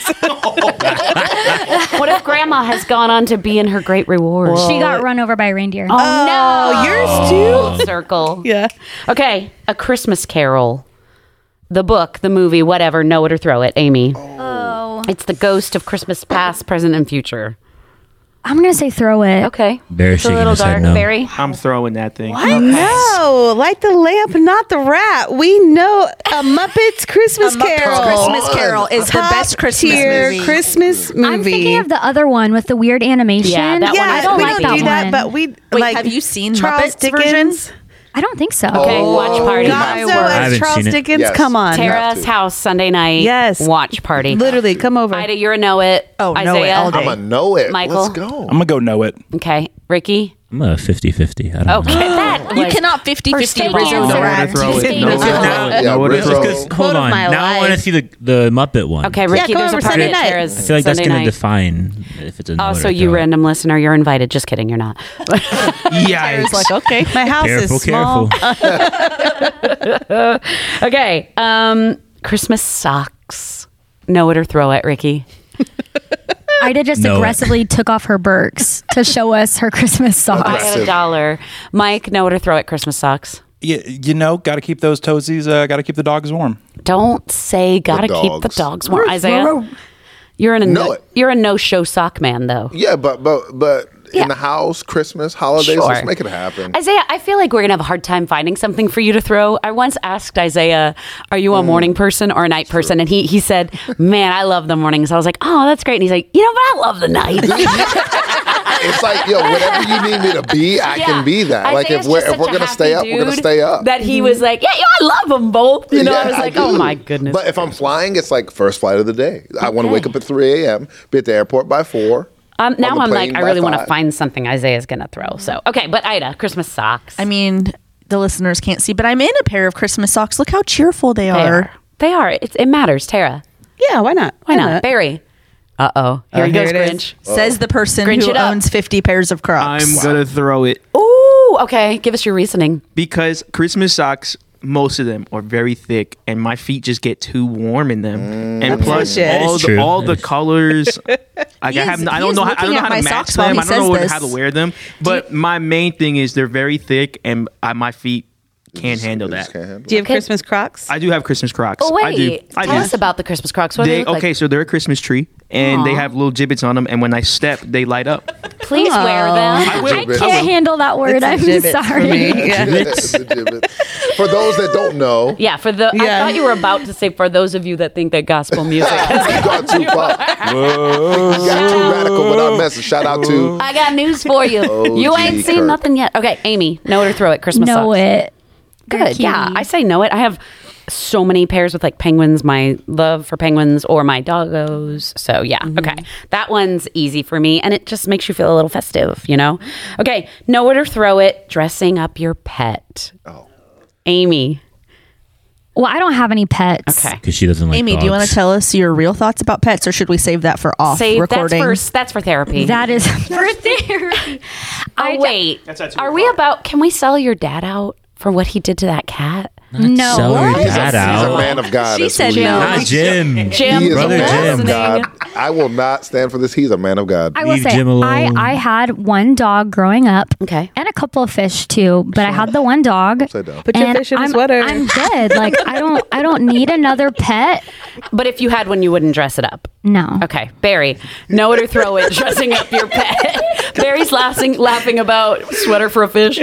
Speaker 2: What if Grandma has gone on to be in her great reward?
Speaker 8: She got run over by a reindeer.
Speaker 6: Oh.
Speaker 2: no, yours too. Circle.
Speaker 6: yeah.
Speaker 2: Okay, A Christmas Carol, the book, the movie, whatever. Know it or throw it, Amy.
Speaker 8: Oh.
Speaker 2: It's the ghost of Christmas past, present, and future.
Speaker 8: I'm gonna say throw it.
Speaker 2: Okay,
Speaker 1: Barry's
Speaker 2: it's a
Speaker 1: shaking
Speaker 2: little
Speaker 1: his head
Speaker 2: dark.
Speaker 1: no.
Speaker 2: Barry,
Speaker 7: I'm throwing that thing.
Speaker 6: No, light Oh, the lamp, not the rat. We know a Muppet's Christmas Carol.
Speaker 5: Christmas Carol is the
Speaker 6: Top
Speaker 5: best Christmas
Speaker 6: tier
Speaker 5: movie.
Speaker 6: Christmas movie.
Speaker 8: I'm thinking of the other one with the weird animation.
Speaker 2: Yeah, that
Speaker 6: yeah,
Speaker 2: one I
Speaker 8: I don't
Speaker 2: think
Speaker 6: we
Speaker 8: like
Speaker 6: don't
Speaker 8: that
Speaker 6: do
Speaker 8: one.
Speaker 6: that, but we
Speaker 5: Wait,
Speaker 6: like.
Speaker 5: have you seen
Speaker 6: Charles
Speaker 5: Muppets version?
Speaker 6: Dickens?
Speaker 8: I don't think so.
Speaker 2: Okay, watch party.
Speaker 4: My
Speaker 6: Gonzo
Speaker 4: word.
Speaker 1: I
Speaker 6: as
Speaker 1: haven't
Speaker 6: Charles
Speaker 1: seen it.
Speaker 6: Dickens.
Speaker 4: Yes.
Speaker 6: Come on,
Speaker 4: Tara-
Speaker 2: Tara's
Speaker 4: to.
Speaker 2: house Sunday night.
Speaker 6: Yes.
Speaker 2: watch party.
Speaker 6: literally, come over.
Speaker 2: Ida, you're a know it.
Speaker 5: Oh, know
Speaker 2: Isaiah.
Speaker 5: it all day.
Speaker 4: I'm a know it.
Speaker 2: Michael.
Speaker 4: Let's go.
Speaker 9: I'm going to go know it.
Speaker 2: Okay, Ricky.
Speaker 1: I'm a 50 50. I don't
Speaker 2: Okay,
Speaker 1: know.
Speaker 2: that
Speaker 5: You
Speaker 2: was-
Speaker 5: cannot 50 50
Speaker 2: fake
Speaker 5: Rizzo
Speaker 8: answer.
Speaker 5: the
Speaker 7: Know
Speaker 5: rat.
Speaker 7: where to throw it.
Speaker 2: Just
Speaker 7: Know where
Speaker 2: staying
Speaker 7: to throw
Speaker 4: Yeah,
Speaker 7: it. Know where to
Speaker 4: Rizzo.
Speaker 7: throw
Speaker 1: Because-
Speaker 7: it.
Speaker 1: hold
Speaker 6: Quote of
Speaker 1: on.
Speaker 6: my
Speaker 1: Now I want to
Speaker 6: life.
Speaker 1: see the, the Muppet one.
Speaker 2: Okay,
Speaker 1: I
Speaker 2: Ricky,
Speaker 6: come
Speaker 2: there's a
Speaker 6: over
Speaker 2: party
Speaker 6: Sunday
Speaker 2: at
Speaker 6: night.
Speaker 2: Tara's
Speaker 1: feel like that's
Speaker 2: Sunday
Speaker 1: going to
Speaker 2: night.
Speaker 1: define if it's a know
Speaker 2: Oh,
Speaker 1: it or
Speaker 2: so
Speaker 1: throw
Speaker 2: you
Speaker 1: it.
Speaker 2: random listener, you're invited. Just kidding, you're not.
Speaker 7: Yikes.
Speaker 5: Like, okay.
Speaker 6: My house
Speaker 1: Careful,
Speaker 6: is small.
Speaker 1: careful.
Speaker 2: Okay. Um, Christmas socks. Know it or throw it, Ricky.
Speaker 8: Ida just
Speaker 1: Know it.
Speaker 8: aggressively took off her Birks to show us her Christmas
Speaker 2: I
Speaker 8: socks.
Speaker 2: got a dollar. Mike, know it or throw it, Christmas socks.
Speaker 9: You, you know, got to keep those toesies, uh, got to keep the dogs warm.
Speaker 2: Don't say gotta keep the
Speaker 4: dogs.
Speaker 2: dogs warm. Isaiah, you're in a
Speaker 4: Know
Speaker 2: no,
Speaker 4: it.
Speaker 2: you're a no-show sock man though.
Speaker 4: Yeah, but but but
Speaker 2: Yeah.
Speaker 4: in the house, Christmas, holidays,
Speaker 2: Sure.
Speaker 4: let's make it happen.
Speaker 2: Isaiah, I feel like we're gonna have a hard time finding something for you to throw. I once asked Isaiah, "Are you a
Speaker 4: Mm.
Speaker 2: morning person or a night person?" And he he said, "Man, I love the mornings." I was like, "Oh, that's great." And he's like, "You know, but I love the night."
Speaker 4: it's like yo, whatever you need me to be, I
Speaker 2: Yeah.
Speaker 4: can be that. Like if
Speaker 2: Isaiah's
Speaker 4: we're
Speaker 2: just
Speaker 4: if we're
Speaker 2: such a
Speaker 4: gonna
Speaker 2: happy
Speaker 4: stay up, we're gonna
Speaker 2: dude
Speaker 4: stay up.
Speaker 2: That he was like, yeah, yo, I love them both. You know, I
Speaker 4: Yeah,
Speaker 2: was like,
Speaker 4: do.
Speaker 2: oh my goodness.
Speaker 4: But if I'm flying, it's like first flight of the day. I want to
Speaker 2: Okay.
Speaker 4: wake up at 3 a.m., be at the airport by 4.
Speaker 2: um,
Speaker 4: on
Speaker 2: now
Speaker 4: the
Speaker 2: I'm
Speaker 4: plane
Speaker 2: like, I
Speaker 4: by
Speaker 2: really want to
Speaker 4: five.
Speaker 2: find something Isaiah's gonna throw. So okay, but Ida, Christmas socks.
Speaker 5: I mean, the listeners can't see, but I'm in a pair of Christmas socks. Look how cheerful they,
Speaker 2: they
Speaker 5: are.
Speaker 2: are. They are. It's, it matters, Tara.
Speaker 6: Yeah, why not?
Speaker 2: Why not, Barry? Uh oh, here
Speaker 6: Oh,
Speaker 2: he
Speaker 6: here
Speaker 2: goes,
Speaker 6: it is.
Speaker 2: Grinch.
Speaker 5: Says the person
Speaker 2: Grinch
Speaker 5: who
Speaker 2: it up.
Speaker 5: owns 50 pairs of Crocs.
Speaker 7: I'm going to throw it
Speaker 2: Ooh, okay. Give us your reasoning.
Speaker 7: because Christmas socks, most of them are very thick, and my feet just get too warm in them. and plus,
Speaker 6: bullshit.
Speaker 7: all
Speaker 1: That's
Speaker 7: the,
Speaker 1: true.
Speaker 7: all the
Speaker 1: That is-
Speaker 7: colors. Like
Speaker 5: He
Speaker 7: I, have,
Speaker 5: is-
Speaker 7: I
Speaker 5: he
Speaker 7: don't
Speaker 5: is
Speaker 7: know. How, I
Speaker 5: looking
Speaker 7: don't know
Speaker 5: at
Speaker 7: how
Speaker 5: my
Speaker 7: to match
Speaker 5: socks while
Speaker 7: them.
Speaker 5: he
Speaker 7: I don't know
Speaker 5: says
Speaker 7: how to
Speaker 5: this.
Speaker 7: wear them. But my main thing is they're very thick, and I, my feet can't handle that.
Speaker 6: Do you have Christmas Crocs?
Speaker 7: I do have Christmas Crocs.
Speaker 2: Oh
Speaker 7: I do.
Speaker 2: wait,
Speaker 7: I
Speaker 2: tell
Speaker 7: do.
Speaker 2: us about the Christmas Crocs. What do they
Speaker 7: They,
Speaker 2: look like?
Speaker 7: okay, so they're a Christmas tree, and they
Speaker 2: Aw.
Speaker 7: have little gibbets on them. And when I step, they light up.
Speaker 2: Please wear them.
Speaker 7: will.
Speaker 8: Oh, I can't handle that word.
Speaker 6: It's a
Speaker 8: I'm
Speaker 6: gibbet for
Speaker 8: sorry.
Speaker 6: me. Yeah.
Speaker 4: The gibbet. For those that don't know,
Speaker 2: Yeah, for the I
Speaker 6: Yeah.
Speaker 2: thought you were about to say for those of you that think that gospel music.
Speaker 4: you got too far. You got too radical with our message. Shout out to
Speaker 2: I got news for you. you
Speaker 4: OG
Speaker 2: ain't seen
Speaker 4: Kirk.
Speaker 2: nothing yet. Okay, Amy, know it or throw it. Christmas
Speaker 8: Know
Speaker 2: socks.
Speaker 8: it. They're
Speaker 2: Good. Yeah,
Speaker 8: cuties.
Speaker 2: I say know it. I have so many pairs with like penguins, my love for penguins or my doggos. So yeah, okay. That one's easy for me and it just makes you feel a little festive, you know? Okay, know it or throw it. Dressing up your pet. Oh. Amy.
Speaker 8: Well, I don't have any pets.
Speaker 2: Okay.
Speaker 1: Because she doesn't like
Speaker 5: Amy, do you want
Speaker 1: dogs.
Speaker 5: to tell us your real thoughts about pets, or should we save that for off
Speaker 2: Say that's
Speaker 5: recording?
Speaker 2: for that's for therapy.
Speaker 8: That is for therapy.
Speaker 2: oh, wait. Are we about can we sell your dad out for what he did to that cat?
Speaker 8: No.
Speaker 1: Sell her
Speaker 8: What?
Speaker 1: dad
Speaker 4: He's a
Speaker 1: out.
Speaker 4: man of God.
Speaker 5: She
Speaker 4: That's
Speaker 5: said
Speaker 4: who he
Speaker 5: no.
Speaker 4: is.
Speaker 1: Not Jim.
Speaker 2: Jim,
Speaker 4: He is
Speaker 1: Brother
Speaker 4: a man
Speaker 1: Jim.
Speaker 4: of God. I will not stand for this. He's a man of God.
Speaker 8: I will
Speaker 1: Leave
Speaker 8: say,
Speaker 1: Jim
Speaker 8: I,
Speaker 1: alone.
Speaker 8: I had one dog growing up.
Speaker 2: Okay.
Speaker 8: And a couple of fish too, but I had the one dog.
Speaker 4: down.
Speaker 6: Put your
Speaker 8: and
Speaker 6: fish in a
Speaker 8: I'm-
Speaker 6: sweater.
Speaker 8: I'm good. Like I don't I don't need another pet.
Speaker 2: But if you had one, you wouldn't dress it up.
Speaker 8: No.
Speaker 2: Okay, Barry, know it or throw it, dressing up your pet. Barry's laughing, laughing about sweater for a fish.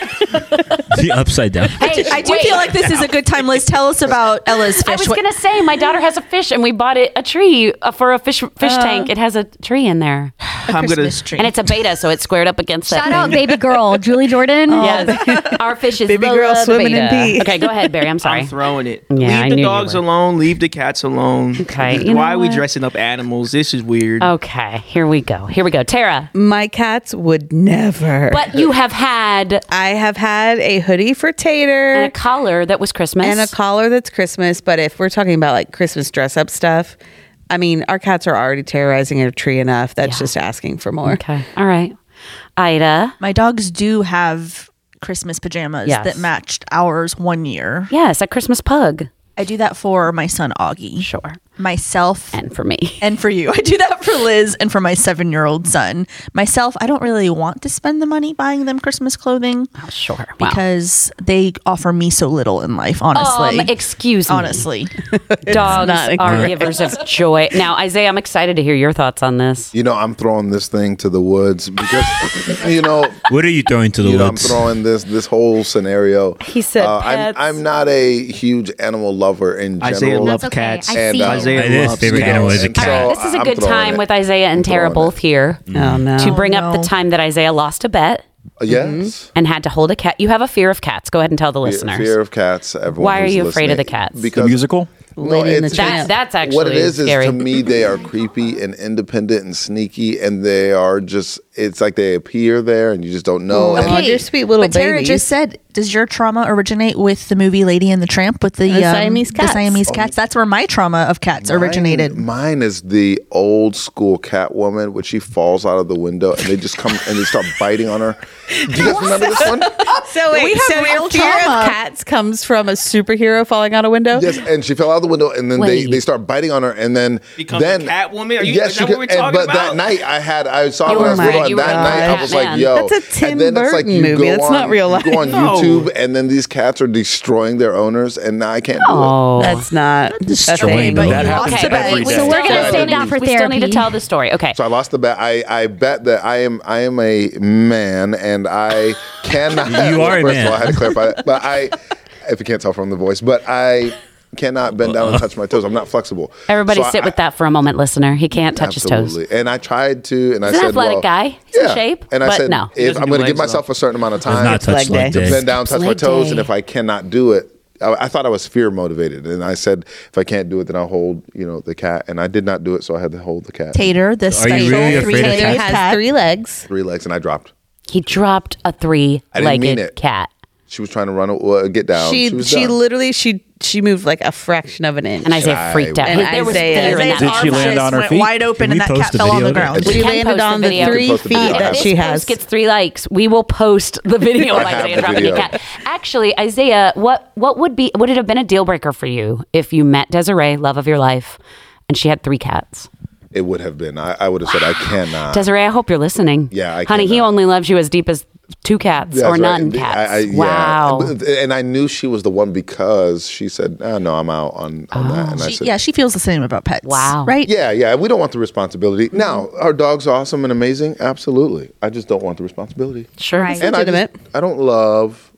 Speaker 1: the upside down.
Speaker 2: Hey,
Speaker 5: I do
Speaker 2: wait.
Speaker 5: feel like this is a good time, Liz. Tell us about Ella's fish.
Speaker 2: I was
Speaker 5: What-
Speaker 2: gonna say my daughter has a fish, and we bought it a tree uh, for a fish fish tank. It has a tree in there,
Speaker 7: I'm gonna.
Speaker 5: Christmas tree.
Speaker 2: and it's a beta, so it's squared up against that.
Speaker 8: Shout out baby girl, Julie Jordan.
Speaker 2: Yes, our fish is
Speaker 6: Baby
Speaker 2: the-
Speaker 6: girl
Speaker 2: the
Speaker 6: swimming
Speaker 2: beta.
Speaker 6: in pee.
Speaker 2: Okay, go ahead, Barry. I'm sorry.
Speaker 7: I'm throwing it.
Speaker 2: Yeah, I
Speaker 7: leave
Speaker 2: knew
Speaker 7: the
Speaker 2: you
Speaker 7: dogs
Speaker 2: were.
Speaker 7: alone. Leave the cats alone.
Speaker 2: Okay, you know
Speaker 7: Why are we
Speaker 2: what? Oh.
Speaker 7: dressing up animals? This is weird.
Speaker 2: okay, here we go. Here we go, Tara.
Speaker 6: My cats would never.
Speaker 2: But you have had
Speaker 6: I have had a hoodie for Tater
Speaker 2: a collar that was Christmas.
Speaker 6: and a collar that's Christmas. But if we're talking about like Christmas dress up stuff, I mean, our cats are already terrorizing our tree enough. That's just asking for more.
Speaker 2: okay, all right, Ida.
Speaker 5: My dogs do have Christmas pajamas
Speaker 2: Yes.
Speaker 5: that matched ours one year.
Speaker 2: Yes, a Christmas pug.
Speaker 5: I do that for my son Augie,
Speaker 2: Sure,
Speaker 5: myself,
Speaker 2: and for me.
Speaker 5: and for you. I do that for Liz and for my seven year old son. Myself, I don't really want to spend the money buying them Christmas clothing
Speaker 2: Sure, wow.
Speaker 5: because they offer me so little in life, honestly.
Speaker 2: Um, excuse me.
Speaker 5: honestly.
Speaker 2: Dogs
Speaker 6: not
Speaker 2: are
Speaker 6: incorrect.
Speaker 2: givers of joy. Now, Isaiah, I'm excited to hear your thoughts on this.
Speaker 4: You know, I'm throwing this thing to the woods because, you know,
Speaker 1: What are you throwing to the
Speaker 4: you know, I'm
Speaker 1: woods?
Speaker 4: throwing this this whole scenario. Uh,
Speaker 2: He said
Speaker 4: I'm,
Speaker 2: pets.
Speaker 4: I'm not a huge animal lover in general.
Speaker 7: Isaiah loves
Speaker 8: okay.
Speaker 7: cats.
Speaker 8: I
Speaker 4: And,
Speaker 8: see.
Speaker 4: uh,
Speaker 7: Isaiah
Speaker 1: It is
Speaker 7: loves
Speaker 1: favorite
Speaker 7: cats.
Speaker 1: animal is a
Speaker 4: And so
Speaker 1: cat.
Speaker 2: this is a
Speaker 4: I'm
Speaker 2: good
Speaker 4: throwing
Speaker 2: time
Speaker 4: it.
Speaker 2: with Isaiah and Tara
Speaker 4: throwing it. Mm.
Speaker 2: both here
Speaker 6: Oh no.
Speaker 2: to bring up
Speaker 5: no.
Speaker 2: the time that Isaiah lost a bet
Speaker 1: Mm-hmm.
Speaker 4: Yes.
Speaker 2: and had to hold a cat. You have a fear of cats. Go ahead and tell the listeners.
Speaker 4: Fear of cats. Everyone
Speaker 2: Why are
Speaker 4: who's
Speaker 2: you afraid of
Speaker 4: listening.
Speaker 2: the cats?
Speaker 4: Because
Speaker 9: musical.
Speaker 4: no,
Speaker 6: Lady and the
Speaker 4: it's-
Speaker 6: Tramp.
Speaker 2: That, that's actually
Speaker 4: what it is
Speaker 2: scary.
Speaker 4: is to me they are creepy and independent and sneaky and they are just it's like they appear there and you just don't know
Speaker 6: Oh,
Speaker 4: and
Speaker 6: they're sweet little
Speaker 5: but Tara
Speaker 6: babies.
Speaker 5: just said, does your trauma originate with the movie Lady and the Tramp with the, um,
Speaker 6: The Siamese
Speaker 5: the
Speaker 6: cats.
Speaker 5: Siamese cats? That's where my trauma of cats originated.
Speaker 4: Mine is the old school Catwoman when she falls out of the window and they just come and they start biting on her. Do you guys remember this one?
Speaker 6: So wait,
Speaker 5: We have
Speaker 6: so
Speaker 5: real
Speaker 6: your fear
Speaker 5: trauma.
Speaker 6: of cats comes from a superhero falling out a window?
Speaker 4: Yes, and she fell out the window, and then they,
Speaker 2: Wait.
Speaker 4: they start biting on her, and then
Speaker 7: Becomes a
Speaker 4: then
Speaker 7: Catwoman? Are you-
Speaker 4: yes,
Speaker 7: is
Speaker 4: you
Speaker 7: that what
Speaker 4: could-
Speaker 7: we're
Speaker 4: and-
Speaker 7: talking
Speaker 4: But that
Speaker 7: about?
Speaker 4: night, I had I saw it
Speaker 2: You
Speaker 6: Oh
Speaker 4: when
Speaker 2: were
Speaker 4: I was
Speaker 2: mad.
Speaker 4: little, and
Speaker 2: You were
Speaker 4: that
Speaker 2: a
Speaker 4: night I was like,
Speaker 2: Batman.
Speaker 4: yo,
Speaker 6: That's a Tim
Speaker 4: and then it's like you
Speaker 6: Burton movie.
Speaker 4: Go
Speaker 6: That's
Speaker 4: on,
Speaker 6: not real
Speaker 4: You go on
Speaker 6: life.
Speaker 7: No.
Speaker 4: YouTube, and then these cats are destroying their owners, and now I can't. do it.
Speaker 2: Oh.
Speaker 6: That's not that's
Speaker 1: Destroying
Speaker 6: a-
Speaker 1: the
Speaker 7: That
Speaker 1: world.
Speaker 7: happens
Speaker 2: Okay,
Speaker 7: every
Speaker 2: we
Speaker 7: day.
Speaker 2: still
Speaker 8: we're gonna
Speaker 2: need-
Speaker 8: save that for
Speaker 2: We still need to
Speaker 8: therapy.
Speaker 2: tell the story. Okay.
Speaker 4: So I lost the bet. I, I bet that I am I am a man, and I cannot.
Speaker 1: You are a
Speaker 4: first
Speaker 1: man.
Speaker 4: of all, I had to clarify that, but I, if you can't tell from the voice, but I cannot bend down and touch my toes. I'm not flexible.
Speaker 2: Everybody
Speaker 4: So
Speaker 2: sit
Speaker 4: I-
Speaker 2: with that for a moment, listener. He can't touch his toes.
Speaker 4: Absolutely. And I tried to, and I
Speaker 2: He's an
Speaker 4: said,
Speaker 2: athletic
Speaker 4: well,
Speaker 2: guy. He's in shape,
Speaker 4: And I
Speaker 2: but
Speaker 4: said,
Speaker 2: no. He
Speaker 4: if
Speaker 7: doesn't
Speaker 4: I'm
Speaker 7: do
Speaker 4: going to give
Speaker 7: legs,
Speaker 4: myself
Speaker 7: though.
Speaker 4: a certain amount of
Speaker 1: Does
Speaker 4: time,
Speaker 1: not touch
Speaker 6: Leg day.
Speaker 1: like
Speaker 6: The
Speaker 1: this.
Speaker 4: bend down, touch my
Speaker 6: Leg
Speaker 4: toes,
Speaker 6: day.
Speaker 4: and if I cannot do it, I, I thought I was fear motivated, and I said, if I can't do it, then I'll hold, you know, the cat, and I did not do it, so I had to hold the cat.
Speaker 5: Tater, the
Speaker 1: Are you
Speaker 5: special
Speaker 1: really afraid of
Speaker 5: three-legged
Speaker 1: cats?
Speaker 6: Tater has
Speaker 5: cat.
Speaker 6: three legs.
Speaker 4: Three legs, and I dropped.
Speaker 2: He dropped a
Speaker 4: I didn't mean
Speaker 2: three-legged
Speaker 4: it.
Speaker 2: cat.
Speaker 4: She was trying to run, uh, get down. She,
Speaker 6: she
Speaker 4: was
Speaker 6: she
Speaker 4: done.
Speaker 6: literally she she moved like a fraction of an inch.
Speaker 2: And Isaiah freaked out.
Speaker 6: And
Speaker 2: there was
Speaker 6: Isaiah-
Speaker 2: fear in
Speaker 5: Isaiah's
Speaker 2: that.
Speaker 9: Did she
Speaker 5: arm
Speaker 9: land
Speaker 5: just
Speaker 9: on her
Speaker 5: went
Speaker 9: feet?
Speaker 5: wide open
Speaker 1: Can we
Speaker 5: and that
Speaker 1: post
Speaker 5: cat
Speaker 1: the
Speaker 5: fell on
Speaker 1: video
Speaker 5: the
Speaker 1: of that?
Speaker 5: ground.
Speaker 4: We
Speaker 6: she
Speaker 2: can post
Speaker 6: landed
Speaker 2: the
Speaker 6: on the,
Speaker 2: video.
Speaker 6: three
Speaker 4: Post the
Speaker 6: feet
Speaker 4: video.
Speaker 6: that
Speaker 4: This
Speaker 6: she
Speaker 2: this
Speaker 6: has.
Speaker 2: post gets three likes, we will post the video
Speaker 4: I
Speaker 2: of
Speaker 4: have
Speaker 2: Isaiah
Speaker 4: the
Speaker 2: dropping
Speaker 4: video.
Speaker 2: a cat. Actually, Isaiah, what what would be would it have been a deal breaker for you if you met Desiree, love of your life, and she had three cats?
Speaker 4: It would have been. I, I would have said, I cannot.
Speaker 2: Desiree, I hope you're listening.
Speaker 4: Yeah, I
Speaker 2: honey, he
Speaker 4: cannot.
Speaker 2: only loves you as deep as two cats
Speaker 4: That's
Speaker 2: or
Speaker 4: right.
Speaker 2: none
Speaker 4: The-
Speaker 2: cats.
Speaker 4: I- I- yeah.
Speaker 2: wow.
Speaker 4: And I knew she was the one because she said, ah, no, I'm out on, on that. And I
Speaker 5: She-
Speaker 4: said,
Speaker 5: yeah, she feels the same about pets.
Speaker 2: Wow.
Speaker 5: Right?
Speaker 4: Yeah, yeah. We don't want the responsibility.
Speaker 2: Mm-hmm.
Speaker 4: Now, our dog's awesome and amazing. Absolutely. I just don't want the responsibility.
Speaker 2: Sure.
Speaker 8: Right.
Speaker 4: And I, just,
Speaker 6: legitimate.
Speaker 4: I don't love.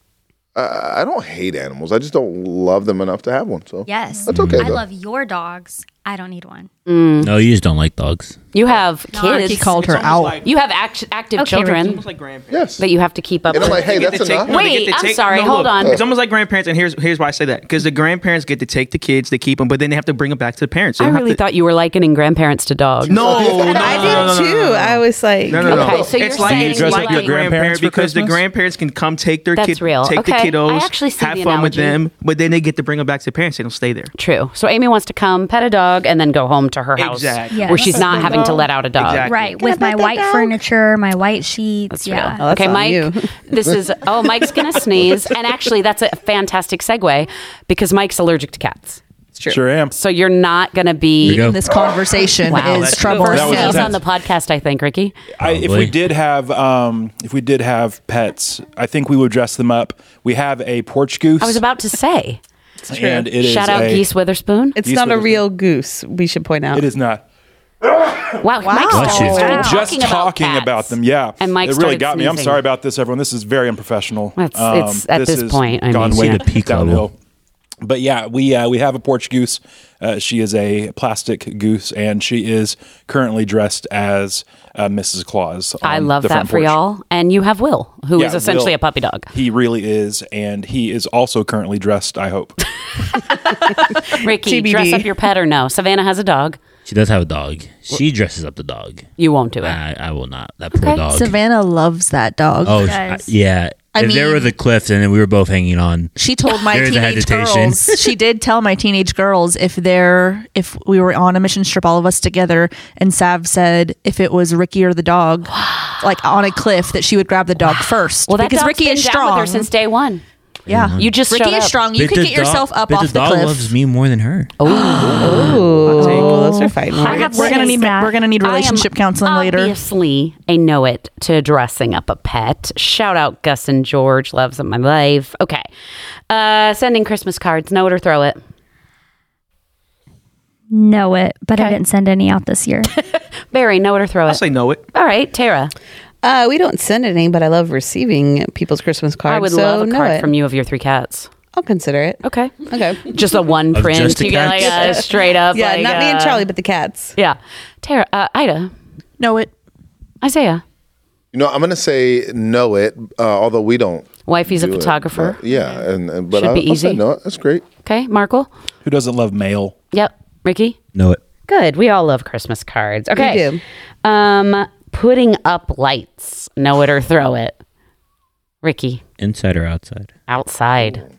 Speaker 4: I I don't hate animals. I just don't love them enough to have one. So
Speaker 8: Yes.
Speaker 4: that's okay.
Speaker 8: I
Speaker 4: though.
Speaker 8: love your dogs. I don't need one.
Speaker 1: No, you just don't like dogs.
Speaker 2: You have
Speaker 5: He
Speaker 2: kids.
Speaker 5: called her out.
Speaker 2: you have act- active
Speaker 8: Okay,
Speaker 2: children
Speaker 8: Ricky.
Speaker 7: Like grandparents.
Speaker 4: yes.
Speaker 2: that you have to keep up
Speaker 4: and I'm
Speaker 2: with.
Speaker 4: like, hey,
Speaker 7: They get
Speaker 4: that's
Speaker 7: to take-
Speaker 4: enough.
Speaker 7: no, they
Speaker 2: Wait,
Speaker 7: get to
Speaker 2: I'm sorry, hold on.
Speaker 7: It's almost like grandparents, and here's here's why I say that because the grandparents get to take the kids, they keep them, but then they have to bring them back to the parents. They
Speaker 2: I
Speaker 7: don't have
Speaker 2: really
Speaker 7: to-
Speaker 2: thought you were likening grandparents to dogs.
Speaker 7: No, no, no,
Speaker 6: I
Speaker 7: no, no, no,
Speaker 6: did
Speaker 7: no,
Speaker 6: too.
Speaker 7: no, no.
Speaker 6: I was like,
Speaker 7: No, no, no.
Speaker 2: Okay, so you're
Speaker 7: it's like
Speaker 2: saying
Speaker 7: you dress
Speaker 2: you
Speaker 7: like your
Speaker 2: like-
Speaker 7: grandparents
Speaker 9: grandparents for
Speaker 7: because the
Speaker 9: Christmas?
Speaker 7: grandparents can come take their
Speaker 2: That's
Speaker 7: kid,
Speaker 2: real.
Speaker 7: take
Speaker 2: Okay.
Speaker 7: the kiddos,
Speaker 2: I actually see
Speaker 7: have
Speaker 2: the
Speaker 7: fun with
Speaker 2: analogy.
Speaker 7: them, but then they get to bring them back to the parents. They don't stay there.
Speaker 2: True. So Amy wants to come pet a dog and then go home to her house
Speaker 7: Exactly.
Speaker 8: Yes.
Speaker 2: where she's not having to let out a dog.
Speaker 7: Exactly.
Speaker 8: Right. With my white furniture, my white sheets.
Speaker 2: It's
Speaker 8: yeah. Oh,
Speaker 2: real. Oh.
Speaker 6: that's
Speaker 2: okay,
Speaker 6: on
Speaker 2: Mike.
Speaker 6: you.
Speaker 2: this is oh, Mike's gonna sneeze, and actually, that's a fantastic segue because Mike's allergic to cats.
Speaker 9: Sure am.
Speaker 2: So you're not gonna
Speaker 1: Here we
Speaker 2: be
Speaker 1: go.
Speaker 5: This conversation
Speaker 2: Wow,
Speaker 5: is
Speaker 2: that's-
Speaker 5: trouble.
Speaker 2: first
Speaker 9: That was
Speaker 2: sneeze
Speaker 9: intense.
Speaker 2: on the podcast. I think Ricky.
Speaker 9: I, if
Speaker 1: Probably.
Speaker 9: we did have, um, if we did have pets, I think we would dress them up. We have a porch goose.
Speaker 2: I was about to say.
Speaker 9: and it is
Speaker 2: Shout out
Speaker 9: a-
Speaker 2: Geese Witherspoon.
Speaker 6: It's
Speaker 9: Geese
Speaker 6: not a
Speaker 9: with a-
Speaker 6: real goose. We should point out.
Speaker 9: It is not.
Speaker 2: Wow, Mike
Speaker 5: Bless
Speaker 2: started
Speaker 1: you.
Speaker 2: talking
Speaker 9: Just
Speaker 2: about
Speaker 9: talking
Speaker 2: cats.
Speaker 9: about them, yeah.
Speaker 2: And Mike
Speaker 9: it really
Speaker 2: started
Speaker 9: got me. I'm
Speaker 2: sneezing.
Speaker 9: sorry about this, everyone. This is very unprofessional.
Speaker 2: It's- it's- at this
Speaker 9: has
Speaker 2: point, I
Speaker 9: gone
Speaker 2: mean,
Speaker 9: way
Speaker 2: yeah.
Speaker 9: to peak downhill. But yeah, we uh, we have a Porch goose. Uh, she is a plastic goose, and she is currently dressed as uh, Mrs. Claus. on
Speaker 2: I love
Speaker 9: the
Speaker 2: that
Speaker 9: front
Speaker 2: for
Speaker 9: porch.
Speaker 2: y'all. And you have Will, who is
Speaker 9: Yeah,
Speaker 2: essentially
Speaker 9: Will.
Speaker 2: a puppy dog.
Speaker 9: He really is, and he is also currently dressed. I hope.
Speaker 2: Ricky,
Speaker 6: TBD.
Speaker 2: dress up your pet or no? Savannah has a dog.
Speaker 1: She does have a dog. She dresses up the dog.
Speaker 2: You won't do it.
Speaker 1: I, I will not. That poor
Speaker 2: Okay.
Speaker 1: dog.
Speaker 5: Savannah loves that dog.
Speaker 1: oh, sh-
Speaker 8: Guys.
Speaker 1: yeah.
Speaker 5: I
Speaker 1: if there
Speaker 5: mean-
Speaker 1: was a cliff and then we were both hanging on,
Speaker 5: She told my
Speaker 1: There's a
Speaker 5: teenage
Speaker 1: hesitation.
Speaker 5: girls. She did tell my teenage girls if they're if we were on a mission trip, all of us together, and Sav said if it was Ricky or the dog, like on a cliff, that she would grab the dog first.
Speaker 2: Well, that
Speaker 5: because
Speaker 2: dog's
Speaker 5: Ricky
Speaker 2: been
Speaker 5: is
Speaker 2: down
Speaker 5: strong.
Speaker 2: with her since day one.
Speaker 5: yeah,
Speaker 1: Mm-hmm.
Speaker 2: You just
Speaker 5: Ricky
Speaker 2: showed
Speaker 5: is
Speaker 2: up.
Speaker 5: strong. You
Speaker 1: But
Speaker 5: could
Speaker 1: the
Speaker 5: get yourself
Speaker 1: dog-
Speaker 5: up
Speaker 1: but
Speaker 5: off the,
Speaker 1: dog
Speaker 5: cliff. Oh.
Speaker 1: loves me more than her.
Speaker 6: Ooh, Oh. those are fighting
Speaker 5: We're
Speaker 6: words.
Speaker 5: gonna- we're gonna need
Speaker 8: Sad.
Speaker 5: we're gonna need
Speaker 2: I am
Speaker 5: relationship counseling later.
Speaker 2: Obviously, a know it to dressing up a pet. Shout out Gus and George, loves of my life. Okay, uh, sending Christmas cards. Know it or throw it.
Speaker 8: Know it, but I didn't send any out this year.
Speaker 2: Barry, know it or throw
Speaker 7: I
Speaker 2: it.
Speaker 7: say no it.
Speaker 2: All right, Tara.
Speaker 6: Uh, we don't send any, but I love receiving people's Christmas cards.
Speaker 2: I would
Speaker 6: so
Speaker 2: love a
Speaker 6: know
Speaker 2: card
Speaker 6: it.
Speaker 2: from you of your three cats.
Speaker 6: I'll consider it.
Speaker 2: Okay,
Speaker 6: Okay.
Speaker 2: just a one
Speaker 1: Of
Speaker 2: print.
Speaker 1: just the
Speaker 2: you get like a
Speaker 1: cats?
Speaker 2: straight up.
Speaker 6: Yeah,
Speaker 2: like,
Speaker 6: not me and
Speaker 2: uh,
Speaker 6: Charlie, but the cats.
Speaker 2: Yeah, Tara, uh, Ida,
Speaker 5: No, it.
Speaker 2: Isaiah.
Speaker 4: You know, I'm going to say know it, uh, although we don't.
Speaker 2: Wifey's a
Speaker 4: do it,
Speaker 2: photographer.
Speaker 4: but- yeah, and, and but
Speaker 2: Should
Speaker 4: I,
Speaker 2: be
Speaker 4: I'll say
Speaker 2: easy.
Speaker 4: know it. That's great.
Speaker 2: Okay, Markle.
Speaker 9: Who doesn't love mail?
Speaker 2: Yep, Ricky.
Speaker 1: Know it.
Speaker 2: Good. We all love Christmas cards. Okay.
Speaker 6: We
Speaker 2: do. Um, putting up lights. Know it or throw it. Ricky,
Speaker 1: Inside or outside?
Speaker 2: outside.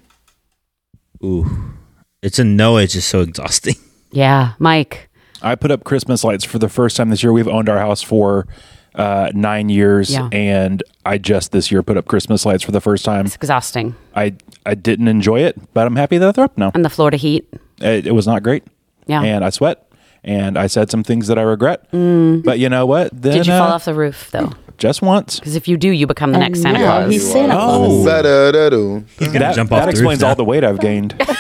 Speaker 1: Ooh. It's a no, it's just so exhausting.
Speaker 2: Yeah, Mike.
Speaker 9: I put up Christmas lights for the first time this year. We've owned our house for uh, nine years,
Speaker 2: Yeah.
Speaker 9: and I just this year put up Christmas lights for the first time.
Speaker 2: It's exhausting.
Speaker 9: I I didn't enjoy it, but I'm happy that they're up now.
Speaker 2: And the Florida heat.
Speaker 9: It, it was not great,
Speaker 2: Yeah.
Speaker 9: and I sweat, and I said some things that I regret. But you know what? Then,
Speaker 2: Mm. Did you fall
Speaker 9: uh,
Speaker 2: off the roof though?
Speaker 9: just once?
Speaker 2: Because if you do, you become the next Santa Claus.
Speaker 6: He's Santa
Speaker 9: Oh, that,
Speaker 4: Ba-da-da-doo.
Speaker 9: that,
Speaker 1: jump off the roof
Speaker 9: explains
Speaker 1: now.
Speaker 9: all the weight I've gained.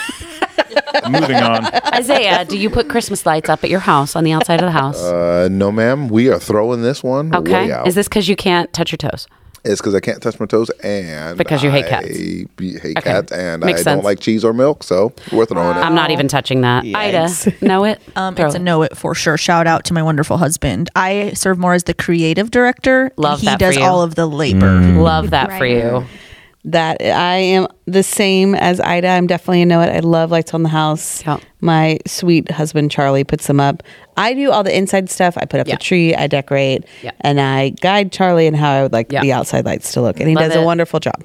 Speaker 9: Moving on.
Speaker 2: Isaiah, do you put Christmas lights up at your house on the outside of the house?
Speaker 4: Uh, no, ma'am. We are throwing this one way
Speaker 2: okay.
Speaker 4: out.
Speaker 2: Is this because you can't touch your toes?
Speaker 4: It's because I can't touch my toes and
Speaker 2: Because you hate cats.
Speaker 4: I be- hate
Speaker 2: Okay.
Speaker 4: cats and
Speaker 2: Makes
Speaker 4: I
Speaker 2: sense. Um,
Speaker 4: don't like cheese or milk, so we're throwing it.
Speaker 2: I'm not even touching that. Ida, know it.
Speaker 5: Um,
Speaker 2: Throw
Speaker 5: it's a
Speaker 2: it.
Speaker 5: no it for sure. Shout out to my wonderful husband. I serve more as the creative director.
Speaker 2: Love
Speaker 5: he
Speaker 2: that for
Speaker 5: does
Speaker 2: you.
Speaker 5: all of the labor.
Speaker 4: Mm.
Speaker 2: Love that for
Speaker 8: Right.
Speaker 2: you.
Speaker 6: That I am the same as Ida. I'm definitely a know it. I love lights on the house.
Speaker 2: Yeah.
Speaker 6: My sweet husband Charlie puts them up. I do all the inside stuff. I put up
Speaker 2: Yeah.
Speaker 6: the tree. I decorate,
Speaker 2: Yeah.
Speaker 6: and I guide Charlie in how I would like
Speaker 2: Yeah.
Speaker 6: the outside lights to look. And he
Speaker 2: Love
Speaker 6: does
Speaker 2: it.
Speaker 6: a wonderful job.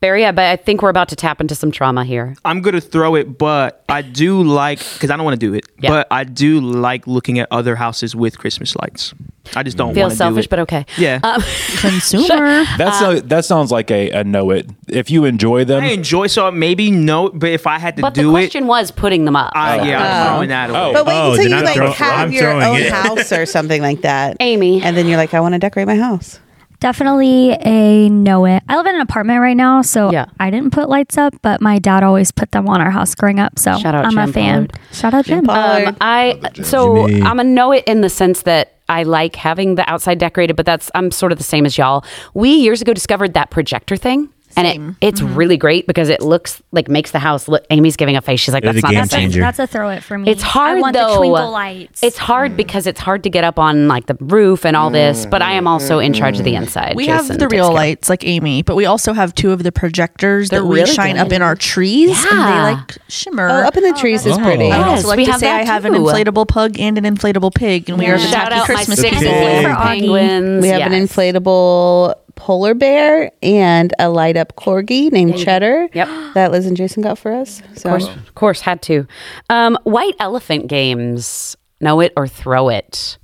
Speaker 2: Barry, I, but I think we're about to tap into some trauma here.
Speaker 7: I'm gonna throw it, but I do like because I don't want to do it,
Speaker 2: Yeah.
Speaker 7: but I do like looking at other houses with Christmas lights. I just don't
Speaker 2: Feels
Speaker 7: wanna
Speaker 2: selfish,
Speaker 7: do
Speaker 2: but
Speaker 7: it.
Speaker 2: okay. Um,
Speaker 7: Yeah,
Speaker 2: Mm.
Speaker 5: Consumer.
Speaker 2: Uh,
Speaker 9: That's a- that sounds like a, a know it. If you enjoy them,
Speaker 7: I enjoy so maybe no, but if I had to
Speaker 2: But the
Speaker 7: do it,
Speaker 2: question was uh, putting them up.
Speaker 7: I, yeah, I'm throwing that away.
Speaker 6: But wait
Speaker 1: Oh,
Speaker 6: until
Speaker 1: then
Speaker 6: you
Speaker 1: I'm
Speaker 6: like
Speaker 1: throw-
Speaker 6: have
Speaker 1: I'm
Speaker 6: your
Speaker 1: throwing
Speaker 6: own
Speaker 1: it.
Speaker 6: house or something like that,
Speaker 2: Amy.
Speaker 6: and then you're like, I want to decorate my house.
Speaker 8: Definitely a know it. I live in an apartment right now, so
Speaker 2: Yeah.
Speaker 8: I didn't put lights up, but my dad always put them on our house growing up. So
Speaker 2: Shout out
Speaker 8: I'm
Speaker 2: Jim
Speaker 8: a fan.
Speaker 2: Pollard.
Speaker 8: Shout out Jim.
Speaker 2: Um, I so I'm a know it in the sense that I like having the outside decorated, but that's I'm sort of the same as y'all. We years ago discovered that projector thing. And it,
Speaker 8: Mm-hmm.
Speaker 2: it's really great because it looks like makes the house look. Amy's giving a face. She's like,
Speaker 1: They're
Speaker 2: "That's
Speaker 1: the
Speaker 2: not
Speaker 1: game
Speaker 2: the same."
Speaker 1: changer.
Speaker 8: That's a throw it for me.
Speaker 2: It's hard
Speaker 8: I want
Speaker 2: though.
Speaker 8: the twinkle lights.
Speaker 2: It's hard because it's hard to get up on like the roof and all this. But I am also in charge of the inside.
Speaker 5: We
Speaker 2: Jason
Speaker 5: have the
Speaker 2: takes
Speaker 5: real
Speaker 2: care.
Speaker 5: lights like Amy, but we also have two of the projectors
Speaker 2: They're
Speaker 5: that we
Speaker 2: really
Speaker 5: shine up
Speaker 2: good.
Speaker 5: in our trees
Speaker 2: Yeah.
Speaker 5: and they like shimmer.
Speaker 6: Oh, up in the trees is
Speaker 1: that's
Speaker 6: pretty.
Speaker 1: cool.
Speaker 5: I
Speaker 1: Oh.
Speaker 5: would
Speaker 2: Yes,
Speaker 5: also like
Speaker 2: we
Speaker 5: to
Speaker 2: have
Speaker 5: say
Speaker 2: that
Speaker 5: I have an
Speaker 2: too.
Speaker 5: inflatable pug and an inflatable pig, and we are the
Speaker 2: Shout
Speaker 5: tacky
Speaker 2: out
Speaker 5: Christmas
Speaker 2: my
Speaker 5: people.
Speaker 2: six
Speaker 1: pig.
Speaker 2: little penguins.
Speaker 6: We have an
Speaker 2: Yes.
Speaker 6: inflatable polar bear and a light up corgi named Cheddar.
Speaker 2: Yep.
Speaker 6: That Liz and Jason got for us. So
Speaker 2: Of course, of course, had to. Um, white elephant games. Know it or throw it.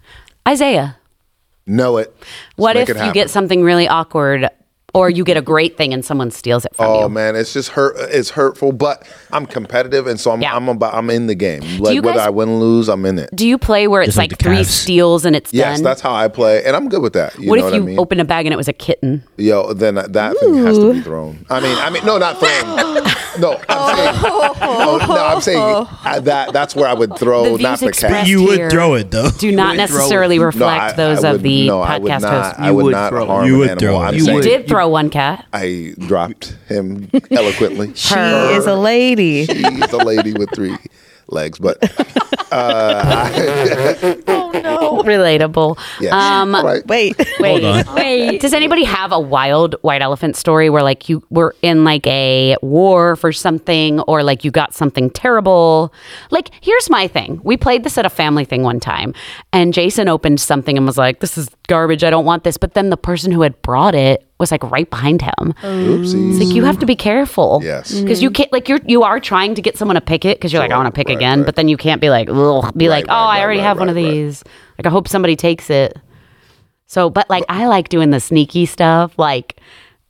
Speaker 2: Isaiah,
Speaker 4: know it. Let's
Speaker 2: what
Speaker 4: make
Speaker 2: if
Speaker 4: it
Speaker 2: you
Speaker 4: happen.
Speaker 2: get something really awkward or you get a great thing and someone steals it from
Speaker 4: Oh
Speaker 2: you.
Speaker 4: man, it's just hurt. It's hurtful, but I'm competitive, and so I'm
Speaker 2: Yeah.
Speaker 4: I'm about, I'm in the game. Like
Speaker 2: you
Speaker 4: whether
Speaker 2: guys-
Speaker 4: I win or lose, I'm in it.
Speaker 2: Do you play where it's
Speaker 1: Just like
Speaker 2: like,
Speaker 1: the
Speaker 2: three
Speaker 1: Cavs.
Speaker 2: steals and it's
Speaker 4: Yes,
Speaker 2: done?
Speaker 4: that's how I play, and I'm good with that. You
Speaker 2: what
Speaker 4: know
Speaker 2: if
Speaker 4: what
Speaker 2: you
Speaker 4: I mean?
Speaker 2: opened a bag and it was a kitten?
Speaker 4: Yo, then that that thing has to be thrown. I mean, I mean, no, not thrown. no, I'm saying, no, no, I'm saying uh, that that's where I would
Speaker 2: The
Speaker 4: throw,
Speaker 2: views
Speaker 4: not the cat.
Speaker 2: expressed
Speaker 1: You would
Speaker 2: here
Speaker 1: throw it, though.
Speaker 2: Do not necessarily
Speaker 4: No, I-
Speaker 2: reflect those
Speaker 4: I
Speaker 2: of
Speaker 4: would-
Speaker 2: the
Speaker 4: no, I would
Speaker 2: podcast
Speaker 4: not,
Speaker 2: host.
Speaker 4: I
Speaker 7: You
Speaker 4: would,
Speaker 7: would
Speaker 4: not
Speaker 7: throw it.
Speaker 4: harm
Speaker 1: You
Speaker 4: an
Speaker 1: would
Speaker 4: animal.
Speaker 1: throw it.
Speaker 4: I'm
Speaker 7: You
Speaker 2: You
Speaker 4: saying
Speaker 7: would.
Speaker 2: did throw one cat.
Speaker 4: I dropped him eloquently.
Speaker 6: She is a lady.
Speaker 4: She's a lady with three legs, but
Speaker 2: Relatable.
Speaker 4: yeah.
Speaker 2: Um,
Speaker 4: All right.
Speaker 6: Wait.
Speaker 2: Wait,
Speaker 1: on.
Speaker 2: wait. Does anybody have a wild white elephant story where like you were in like a war for something or like you got something terrible? Like, here's my thing. We played this at a family thing one time, and Jason opened something and was like, This is garbage. I don't want this. But then the person who had brought it was like right behind him.
Speaker 4: Oopsies.
Speaker 2: It's like you have to be careful.
Speaker 4: Mm-hmm. Yes.
Speaker 2: Because
Speaker 5: Mm.
Speaker 2: you can't like you're you are trying to get someone to pick it because you're like, I want to pick
Speaker 4: right,
Speaker 2: again,
Speaker 4: right.
Speaker 2: but then you can't be like, Ugh, be like, oh,
Speaker 4: Right, right,
Speaker 2: I already
Speaker 4: right,
Speaker 2: have one
Speaker 4: right,
Speaker 2: of
Speaker 4: right.
Speaker 2: these. Like I hope somebody takes it. So, but like I like doing the sneaky stuff, like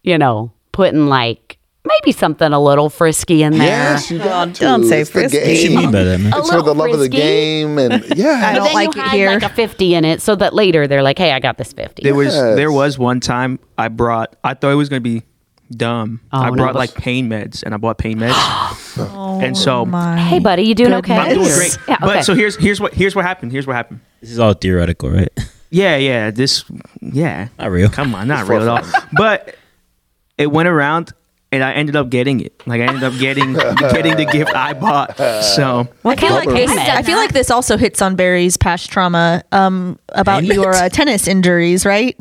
Speaker 2: you know, putting like maybe something a little frisky in there.
Speaker 4: Yes, you got to.
Speaker 6: don't say
Speaker 4: It's the
Speaker 6: frisky.
Speaker 1: What you
Speaker 4: game.
Speaker 1: mean by that, man?
Speaker 2: A
Speaker 4: It's for the
Speaker 2: little
Speaker 4: love of the
Speaker 2: frisky.
Speaker 4: game, and yeah,
Speaker 5: I
Speaker 2: But
Speaker 5: don't
Speaker 2: then
Speaker 5: like
Speaker 2: you
Speaker 5: it
Speaker 2: had
Speaker 5: here.
Speaker 2: like a fifty in it, so that later they're like, hey, I got this fifty.
Speaker 7: There was there
Speaker 4: Yes.
Speaker 7: was one time I brought I thought it was gonna be dumb. I
Speaker 2: Oh, no.
Speaker 7: brought like pain meds and I bought pain meds. and so
Speaker 2: hey, buddy, you doing okay?
Speaker 7: I'm doing great.
Speaker 2: Oh, Yeah, okay.
Speaker 7: But so here's here's what here's what happened. Here's what happened.
Speaker 1: This is all theoretical, right?
Speaker 7: Yeah, yeah. This yeah.
Speaker 1: Not real.
Speaker 7: Come on, not real at all. But it went around and I ended up getting it. Like I ended up getting getting the gift I bought. So
Speaker 2: what kind of like,
Speaker 5: I,
Speaker 2: hey,
Speaker 5: I feel like this also hits on Barry's past trauma um, about
Speaker 1: Damn it.
Speaker 5: your uh, tennis injuries, right?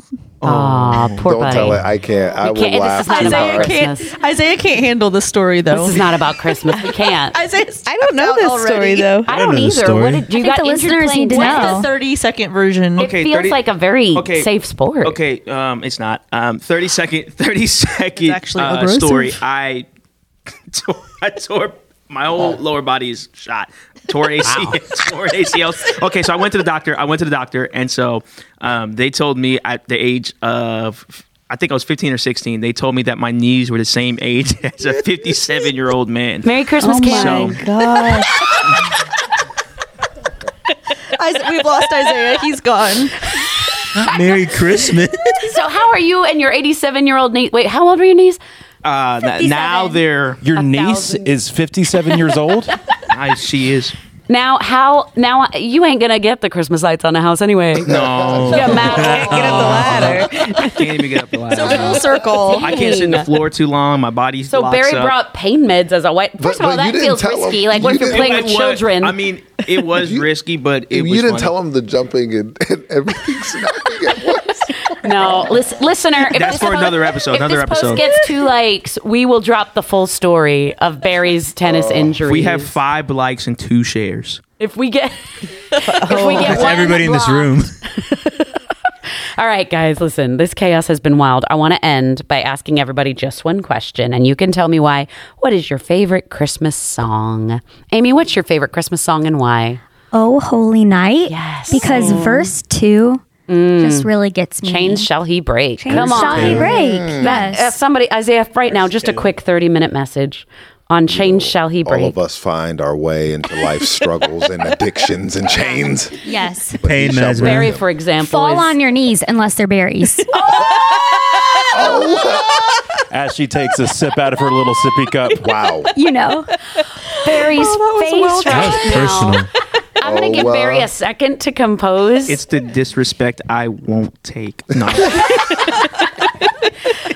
Speaker 2: Aw, poor
Speaker 4: Don't
Speaker 2: buddy.
Speaker 4: tell it. I can't. I
Speaker 2: We
Speaker 4: would
Speaker 2: can't- this
Speaker 4: laugh.
Speaker 2: is not
Speaker 4: too
Speaker 2: about
Speaker 4: hard.
Speaker 2: Christmas.
Speaker 5: Isaiah can't handle the story though.
Speaker 2: This is not about Christmas. We can't.
Speaker 5: Isaiah's
Speaker 6: I don't know
Speaker 5: out
Speaker 6: this story
Speaker 5: already.
Speaker 6: though.
Speaker 2: I
Speaker 1: don't know
Speaker 2: don't
Speaker 1: the
Speaker 2: either.
Speaker 1: story.
Speaker 2: What did you
Speaker 8: I think
Speaker 2: got
Speaker 8: the
Speaker 2: injured
Speaker 8: listeners
Speaker 2: playing
Speaker 8: need to
Speaker 2: what?
Speaker 8: know.
Speaker 5: What's the 30 second version?
Speaker 2: It feels like a very safe sport.
Speaker 7: Okay, um, it's not. Um, thirty second, thirty second
Speaker 5: It's actually
Speaker 7: uh,
Speaker 5: aggressive.
Speaker 7: story. I tore, I tore my whole lower body is shot. Tore ACL. tore ACL. Okay, so I went to the doctor. I went to the doctor, and so um, they told me at the age of. I think I was 15 or 16. They told me that my knees were the same age as a 57 year old man.
Speaker 2: Merry Christmas, Cam.
Speaker 7: So-
Speaker 6: God.
Speaker 5: Isa- We've lost Isaiah. He's gone.
Speaker 1: Merry Christmas.
Speaker 2: So how are you and your 87 year old niece? Wait, how old are your niece?
Speaker 7: Uh, that- now they're.
Speaker 9: Your niece
Speaker 2: thousand.
Speaker 9: is 57 years old?
Speaker 7: I, she is.
Speaker 2: Now how? Now you ain't gonna get the Christmas lights on the house anyway.
Speaker 7: No.
Speaker 2: Yeah, Matt.
Speaker 6: Get up the ladder.
Speaker 7: I can't even get up the ladder.
Speaker 5: Full circle.
Speaker 7: I can't sit in the floor too long. My body's
Speaker 2: So
Speaker 7: locks
Speaker 2: Barry
Speaker 7: up.
Speaker 2: brought pain meds as a white. First
Speaker 4: but
Speaker 2: of all,
Speaker 4: you
Speaker 2: that
Speaker 4: didn't
Speaker 2: feels
Speaker 4: tell 'em.
Speaker 2: risky. Like what
Speaker 4: You
Speaker 2: if you're
Speaker 4: didn't-
Speaker 2: playing
Speaker 7: It
Speaker 2: with
Speaker 7: was-
Speaker 2: children?
Speaker 7: I mean, it was risky, but it
Speaker 4: If
Speaker 7: was
Speaker 4: you didn't
Speaker 7: funny.
Speaker 4: tell him the jumping and, and everything's knocking at once.
Speaker 2: no, listen, listener. If
Speaker 7: That's
Speaker 2: this
Speaker 7: for
Speaker 2: post-
Speaker 7: another episode,
Speaker 2: If
Speaker 7: another
Speaker 2: this
Speaker 7: episode.
Speaker 2: post gets two likes, we will drop the full story of Barry's tennis
Speaker 4: Oh.
Speaker 2: injury.
Speaker 7: We have five likes and two shares.
Speaker 2: If we get, if
Speaker 7: Oh.
Speaker 2: we get
Speaker 1: That's
Speaker 2: one
Speaker 1: everybody in this
Speaker 2: block-
Speaker 1: room.
Speaker 2: All right, guys, listen, this chaos has been wild. I want to end by asking everybody just one question, and you can tell me why. What is your favorite Christmas song? Amy, what's your favorite Christmas song and why?
Speaker 8: Oh, holy night. Yes. Because
Speaker 2: Mm.
Speaker 8: verse two just really gets me.
Speaker 2: Chains shall he break.
Speaker 8: Chains
Speaker 2: Mm. Come
Speaker 8: shall
Speaker 2: on.
Speaker 8: he break.
Speaker 2: Uh,
Speaker 8: Yes.
Speaker 2: somebody, Isaiah, right now, just a quick 30 minute message on Chains shall he break.
Speaker 4: All of us find our way into life's struggles and addictions and chains.
Speaker 8: Yes.
Speaker 4: But
Speaker 1: Pain
Speaker 4: he shall
Speaker 1: meds,
Speaker 4: break
Speaker 1: man.
Speaker 2: Barry,
Speaker 4: them.
Speaker 2: for example,
Speaker 8: Fall
Speaker 2: is-
Speaker 8: on your knees unless they're berries.
Speaker 4: Oh.
Speaker 9: As she takes a sip out of her little sippy cup.
Speaker 4: Wow.
Speaker 8: you know.
Speaker 2: Barry's face
Speaker 1: That
Speaker 2: right
Speaker 1: was personal.
Speaker 2: I'm going to give
Speaker 4: Oh, uh,
Speaker 2: Barry a second to compose.
Speaker 7: It's the disrespect I won't take. No.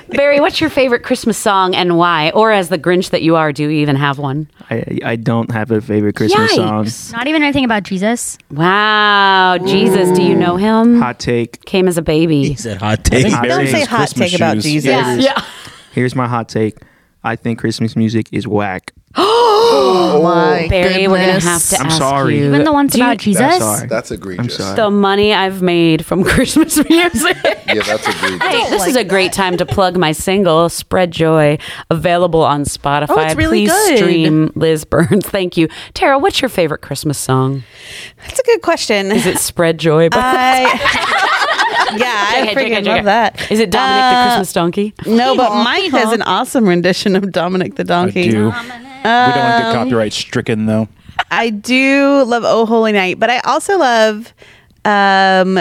Speaker 2: Barry, what's your favorite Christmas song and why? Or as the Grinch that you are, do you even have one?
Speaker 7: I, I don't have a favorite Christmas
Speaker 2: Yikes.
Speaker 7: song.
Speaker 8: Not even anything about Jesus.
Speaker 2: Wow, Jesus, do you know him?
Speaker 7: Hot take.
Speaker 2: Came as a baby.
Speaker 1: Is that hot take?
Speaker 7: Hot
Speaker 6: Don't
Speaker 7: take.
Speaker 6: say hot
Speaker 9: Christmas
Speaker 6: take about
Speaker 9: shoes.
Speaker 6: Jesus.
Speaker 7: Yeah.
Speaker 2: Yeah.
Speaker 7: Here's my hot take. I think Christmas music is whack.
Speaker 2: Barry, we're gonna have to
Speaker 7: I'm
Speaker 2: ask
Speaker 7: sorry.
Speaker 2: you.
Speaker 8: Even the ones
Speaker 2: Do you-
Speaker 8: about Jesus.
Speaker 7: I'm sorry.
Speaker 4: That's egregious.
Speaker 7: sorry.
Speaker 2: the money I've made from Christmas music. hey,
Speaker 4: Yeah, that's egregious.
Speaker 2: this is a great time to plug my single "Spread Joy," available on Spotify.
Speaker 5: Oh, it's really
Speaker 2: Please
Speaker 5: good.
Speaker 2: stream Liz Burns. Thank you, Tara. What's your favorite Christmas song?
Speaker 6: That's a good question.
Speaker 5: Uh,
Speaker 2: Is it "Spread Joy"? By
Speaker 6: I yeah, I I freaking love that.
Speaker 2: Is it Dominic the
Speaker 6: Uh,
Speaker 2: Christmas donkey?
Speaker 6: No, but Mike has an awesome rendition of Dominic the
Speaker 9: I
Speaker 6: Donkey.
Speaker 9: do. we don't want
Speaker 6: Um,
Speaker 9: to get copyright stricken though.
Speaker 6: I do love Oh Holy Night, but I also love. Um,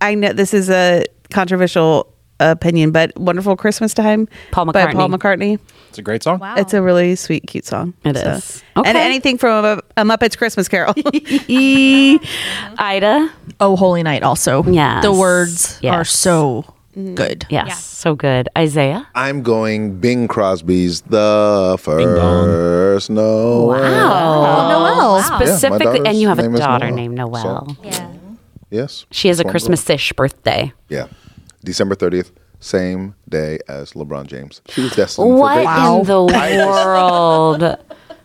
Speaker 6: I know this is a controversial opinion, but Wonderful Christmas Time
Speaker 2: Paul
Speaker 6: by Paul
Speaker 2: McCartney.
Speaker 6: McCartney.
Speaker 9: It's a great song.
Speaker 8: Wow.
Speaker 6: It's a really sweet, cute song.
Speaker 2: It
Speaker 6: It
Speaker 2: is.
Speaker 6: is, And
Speaker 2: Okay.
Speaker 6: anything from a, a Muppets Christmas Carol.
Speaker 2: Ida.
Speaker 5: Oh, Holy Night also.
Speaker 2: Yes.
Speaker 5: The words
Speaker 2: Yes.
Speaker 5: are so good.
Speaker 2: Yes, so good. Isaiah.
Speaker 4: I'm going Bing Crosby's The First Noel.
Speaker 2: Oh,
Speaker 5: Noel.
Speaker 2: Specifically,
Speaker 4: daughter's
Speaker 2: and you have a
Speaker 4: name is
Speaker 2: daughter
Speaker 4: Noel,
Speaker 2: named Noelle.
Speaker 4: so-
Speaker 8: Yeah.
Speaker 4: Yes.
Speaker 2: She has a
Speaker 4: Wonderful.
Speaker 2: Christmas-ish birthday.
Speaker 4: Yeah. December 30th, same day as LeBron James. She was destined for
Speaker 2: What
Speaker 4: greatness.
Speaker 2: in the world?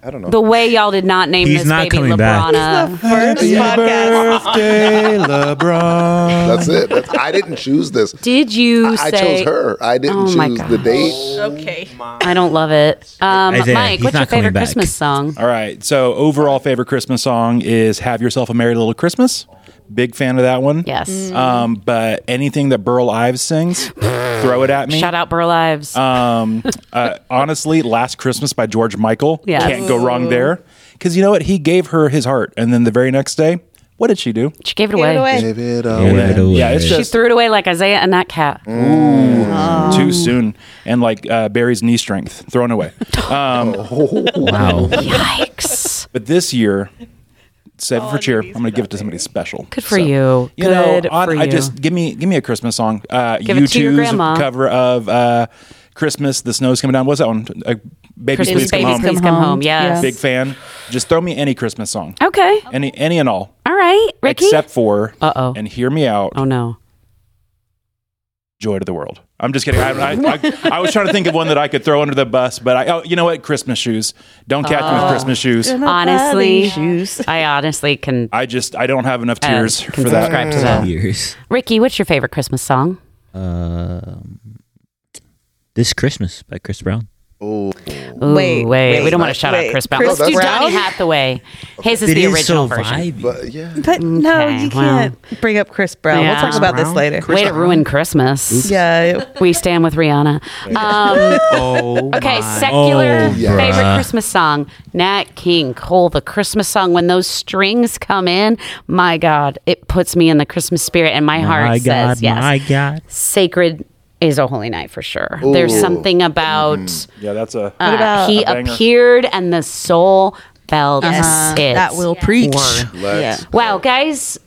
Speaker 4: I don't know.
Speaker 2: The way y'all did not name
Speaker 1: He's
Speaker 2: this
Speaker 1: not
Speaker 2: baby
Speaker 1: coming back.
Speaker 2: LeBronna.
Speaker 6: First podcast.
Speaker 9: Birthday, LeBron.
Speaker 4: That's it. That's, I didn't choose this.
Speaker 2: Did you
Speaker 4: I,
Speaker 2: say?
Speaker 4: I chose her. I didn't
Speaker 2: Oh my
Speaker 4: choose the
Speaker 2: gosh.
Speaker 4: date.
Speaker 5: Okay.
Speaker 2: I don't love it. Um,
Speaker 1: Isaiah,
Speaker 2: Mike,
Speaker 1: he's
Speaker 2: what's your
Speaker 1: not coming
Speaker 2: favorite
Speaker 1: back.
Speaker 2: Christmas song?
Speaker 9: All right. So overall favorite Christmas song is "Have Yourself a Merry Little Christmas." Big fan of that one.
Speaker 2: Yes.
Speaker 9: Um, but anything that Burl Ives sings, throw it at
Speaker 4: Mm.
Speaker 9: me.
Speaker 2: Shout out Burl Ives.
Speaker 9: Um, uh, honestly, "Last Christmas" by George Michael.
Speaker 2: Yes.
Speaker 9: Can't go wrong there. Because you know what? He gave her his heart, and then the very next day, what did she do?
Speaker 2: she gave it
Speaker 6: Give
Speaker 2: away.
Speaker 6: it away.
Speaker 4: Give it
Speaker 1: Give
Speaker 4: away.
Speaker 1: it away.
Speaker 9: Yeah, it's
Speaker 2: She
Speaker 9: just
Speaker 2: threw it away like Isaiah and that cat.
Speaker 4: Mm.
Speaker 2: Oh.
Speaker 9: too soon, and like uh, Barry's knee strength thrown away.
Speaker 2: Oh.
Speaker 4: Um,
Speaker 9: Um,
Speaker 4: oh.
Speaker 1: wow.
Speaker 2: Yikes.
Speaker 9: But this year,
Speaker 2: Oh,
Speaker 9: save it for cheer. I'm going to give it to somebody special.
Speaker 2: Good for you.
Speaker 9: You know,
Speaker 2: Good
Speaker 9: on-
Speaker 2: for
Speaker 9: I
Speaker 2: you.
Speaker 9: just give me give me a Christmas song. Uh,
Speaker 2: Give it to your
Speaker 9: U2's
Speaker 2: grandma.
Speaker 9: cover of uh, "Christmas." The snow's coming down. What's that one? Uh, Baby,
Speaker 2: Christmas
Speaker 9: please come
Speaker 2: Babies
Speaker 9: home.
Speaker 2: Please Come Home, yes.
Speaker 9: Big fan. Just throw me any Christmas song.
Speaker 2: okay.
Speaker 9: Any any and all,
Speaker 2: All right, Ricky.
Speaker 9: except for
Speaker 2: Uh-oh.
Speaker 9: and hear me out.
Speaker 2: oh no.
Speaker 9: Joy to the world. I'm just kidding. I, I, I, I was trying to think of one that I could throw under the bus, but I. Oh, you know what? Christmas shoes. Don't catch me with
Speaker 6: Oh.
Speaker 9: Christmas shoes.
Speaker 2: Honestly,
Speaker 6: Shoes.
Speaker 2: I honestly can,
Speaker 9: I just I don't have enough
Speaker 2: uh,
Speaker 9: tears
Speaker 2: can
Speaker 9: for that.
Speaker 2: subscribe to that.
Speaker 1: Years.
Speaker 2: Ricky, what's your favorite Christmas song?
Speaker 1: Um, this Christmas by Chris Brown.
Speaker 4: Oh,
Speaker 2: Ooh,
Speaker 6: Wait,
Speaker 2: we
Speaker 6: wait,
Speaker 2: don't want to
Speaker 6: wait,
Speaker 2: shout out
Speaker 6: wait.
Speaker 2: Chris Brown.
Speaker 6: Chris
Speaker 2: Let's do
Speaker 6: Brown?
Speaker 2: Donny Hathaway. His is
Speaker 1: It
Speaker 2: the
Speaker 1: is
Speaker 2: original
Speaker 1: so
Speaker 2: version.
Speaker 1: vibey.
Speaker 4: but yeah.
Speaker 6: But no,
Speaker 2: Okay,
Speaker 6: you
Speaker 2: well.
Speaker 6: can't bring up Chris Brown.
Speaker 2: Yeah.
Speaker 6: We'll talk about this later.
Speaker 2: Way to ruin Christmas.
Speaker 6: Yeah.
Speaker 2: We stand with Rihanna. Um,
Speaker 7: Oh,
Speaker 2: okay,
Speaker 7: my.
Speaker 2: secular
Speaker 1: Oh,
Speaker 4: yeah.
Speaker 2: favorite
Speaker 1: bruh.
Speaker 2: Christmas song. Nat King Cole, the Christmas song. When those strings come in, my God, it puts me in the Christmas spirit, and my, heart
Speaker 1: my God,
Speaker 2: says yes.
Speaker 1: my God.
Speaker 2: Sacred is a holy night for sure. There's
Speaker 4: Ooh.
Speaker 2: something about.
Speaker 9: Yeah, that's a.
Speaker 2: Uh,
Speaker 6: about
Speaker 2: he
Speaker 9: a banger?
Speaker 2: appeared and the soul felt its
Speaker 5: That will preach.
Speaker 2: word.
Speaker 4: Let's
Speaker 2: Wow, guys.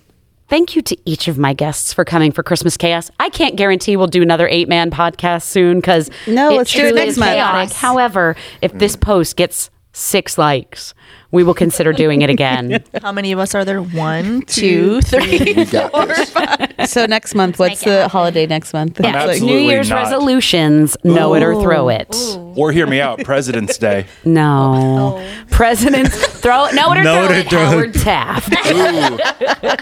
Speaker 2: Thank you to each of my guests for coming for Christmas Chaos. I can't guarantee we'll do another eight man podcast soon because
Speaker 6: No, let's do it next month.
Speaker 2: chaotic. However, if this post gets six likes, we will consider doing it again.
Speaker 5: How many of us are there? One, two, three.
Speaker 4: we got this.
Speaker 6: So next month, what's
Speaker 8: it
Speaker 6: the
Speaker 8: happen.
Speaker 6: holiday next month?
Speaker 9: I'm
Speaker 6: It's like-
Speaker 9: absolutely
Speaker 2: New Year's
Speaker 9: not.
Speaker 2: resolutions, know it or throw it.
Speaker 9: Or hear me out. President's Day.
Speaker 2: No. Presidents, throw it, know it or
Speaker 1: Know it
Speaker 2: throw
Speaker 1: or
Speaker 2: it,
Speaker 1: throw it.
Speaker 2: Howard Taft.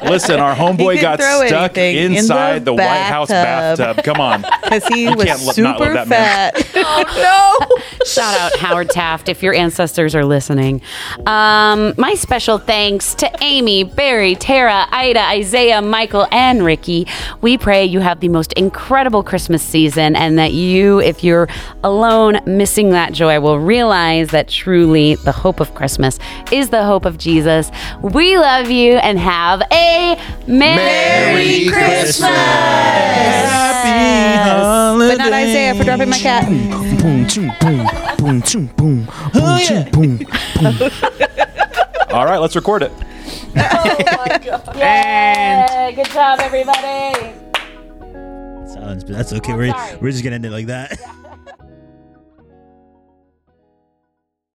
Speaker 9: Ooh. Listen, our homeboy
Speaker 6: He didn't
Speaker 9: got
Speaker 6: throw
Speaker 9: stuck
Speaker 6: anything in
Speaker 9: inside the,
Speaker 6: the
Speaker 9: White House
Speaker 6: bathtub.
Speaker 9: bathtub. Come on.
Speaker 6: because he
Speaker 9: You
Speaker 6: was
Speaker 9: can't lo- not love
Speaker 6: super
Speaker 9: that man.
Speaker 6: fat.
Speaker 2: Oh, Shout out Howard Taft if your ancestors are listening. Um, my special thanks to Amy, Barry, Tara, Ida, Isaiah, Michael, and Ricky. We pray you have the most incredible Christmas season and that you, if you're alone missing that joy, will realize that truly the hope of Christmas is the hope of Jesus. We love you and have a Merry,
Speaker 4: Merry
Speaker 6: But not Isaiah for dropping my cat.
Speaker 1: Boom, choom, boom, boom, choom, boom, boom, choom, boom.
Speaker 9: All right, let's record it.
Speaker 2: Oh Good job, everybody.
Speaker 1: Silence, but that's okay. We're, we're just going to end it like that.